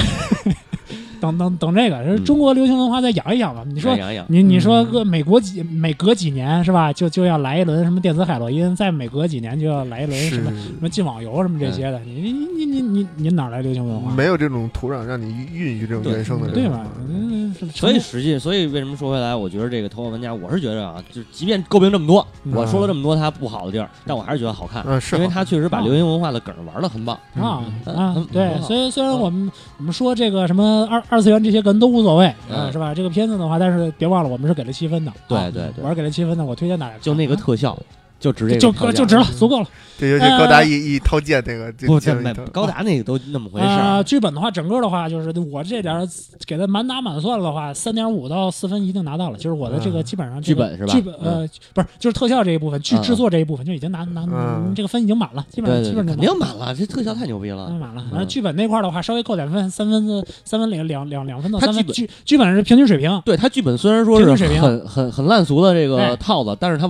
等等等这个，就是中国流行文化再养一养吧。 (laughs) 你你说杨洋，你你说嗯个每国几每隔几年是吧，就就要来一轮什么电子海洛因，再每隔几年就要来一轮啊是什么什么进网游什么这些的，你你你你你你哪来流行文化？没有这种土壤让你孕育这种对原生的这啊对种吧文化？嗯，所以实际，所以为什么说回来，我觉得这个《头号玩家》，我是觉得啊，就是即便诟病这么多，嗯我说了这么多他不好的地儿，但我还是觉得好看，嗯，是因为好他确实把流行文化的梗儿玩的很棒。啊嗯啊嗯，对，很好所以虽然嗯我们我们说这个什么二二次元这些梗都无所谓啊，嗯是吧？这个片子的话，但是别忘了我们是给了七分的，啊对对对我，是给了七分的，我推荐大家看就那个特效，就值这个啊嗯就票价，就值了，嗯足够了。这尤其高呃达一一掏剑那个，这不，这这一没套高达那个都那么回事啊，儿。剧本的话，整个的话就是我这点儿给它满打满算的话，三点五到四分一定拿到了，就是我的这个嗯基本上剧这个本是吧剧本呃不是就是特效这一部分，剧嗯制作这一部分就已经拿拿嗯这个分已经满了，基本对上对基对，本上就肯满了定满了，这特效太牛逼了那。完了，嗯反正剧本那块儿的话，稍微扣点分，三分子三分零两两两分到他三分，剧本剧剧本是平均水平。对他剧本虽然说平是均水平很很很烂俗的这哎个套子，但是他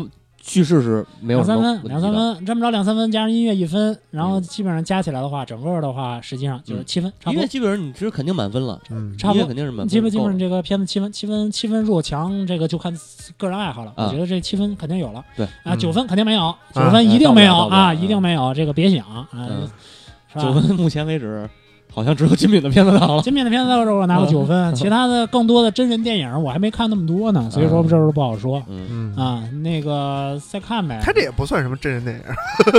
叙事是没有两什三么分问，题两三的，分，这么着两三分加上音乐一分，然后嗯基本上加起来的话，整个的话实际上就是嗯七分，差因不为多，基本上你是肯定满分了，嗯，差不音乐多。肯定是满分，基本基够本了上这个片子七分七分七分弱强，这个就看个人爱好了。我啊觉得这七分肯定有了，对啊，嗯九分肯定没有，九分一定没有到不了到不了啊，嗯一定没有，这个别想啊，嗯是吧？九分目前为止好像只有金敏的片子到了。金敏的片子我拿过嗯九分，其他的更多的真人电影我还没看那么多呢，所以说嗯这时候不好说。嗯嗯，啊，那个再看呗。他这也不算什么真人电影，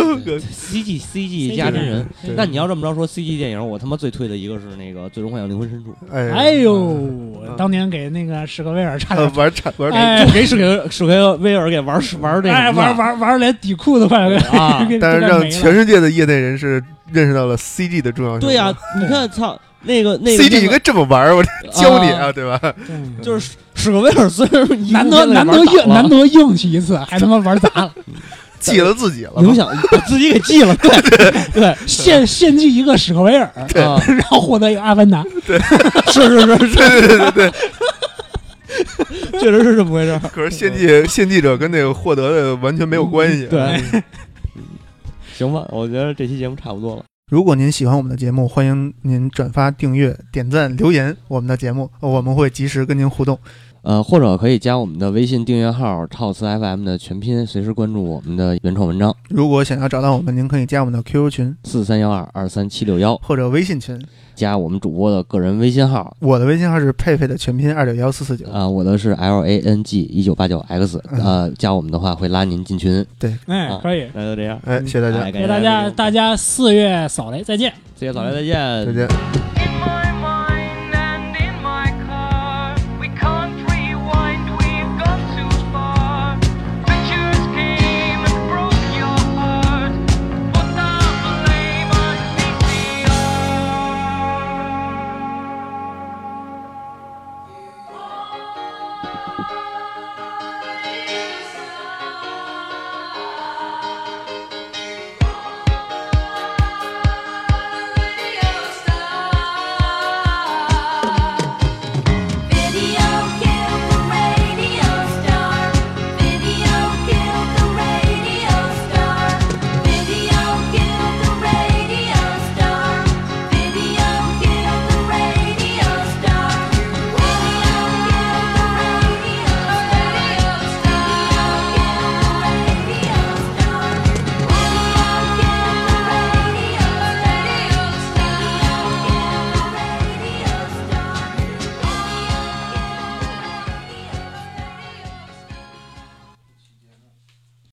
(laughs) ，CG CG 加真人。哎对那你要这么着说 CG 电影，我他妈最推的一个是那个《最终幻想：灵魂深处哎哎嗯呦，当年给那个史克威尔差呃点玩产玩 (laughs) 产，哎》，就给史克史克威尔给玩玩这哎个玩玩玩连底裤都快给啊！给但是给让没了啊全世界的业内人士认识到了 CG 的重要性。对呀，你看操那个那个 CG 应该这么玩儿，我那个教你啊，对 (laughs) 吧？ (laughs) 对就是史克威尔虽然一难部得片子给玩难得硬倒了 (laughs) 难得硬气一次，还他妈玩砸了，记了自己了，影响把自己给记了，对 (laughs) 对献献祭一个史克威尔，啊，然后获得一个阿凡达，是是是 (laughs) 是，对对 (laughs) 对对，确实是这么回 (laughs) 事儿。可是献祭献祭者跟那个获得的完全没有关系。啊对， (laughs) 行吧，我觉得这期节目差不多了。如果您喜欢我们的节目，欢迎您转发、订阅、点赞、留言我们的节目，呃我们会及时跟您互动。呃，或者可以加我们的微信订阅号“超词 FM” 的全拼，随时关注我们的原创文章如果想要找到我们，您可以加我们的 QQ 群四三幺二二三七六幺，或者微信群，加我们主播的个人微信号我的微信号是佩佩的全拼二九幺四四九。啊、我的是 L A N G 一九八九 X，呃，嗯加我们的话会拉您进群。哎啊，可以，那就这样，哎，谢谢大家，哎给大家，大家四月扫雷，再见。谢谢早来，再见，再见。 In my mind.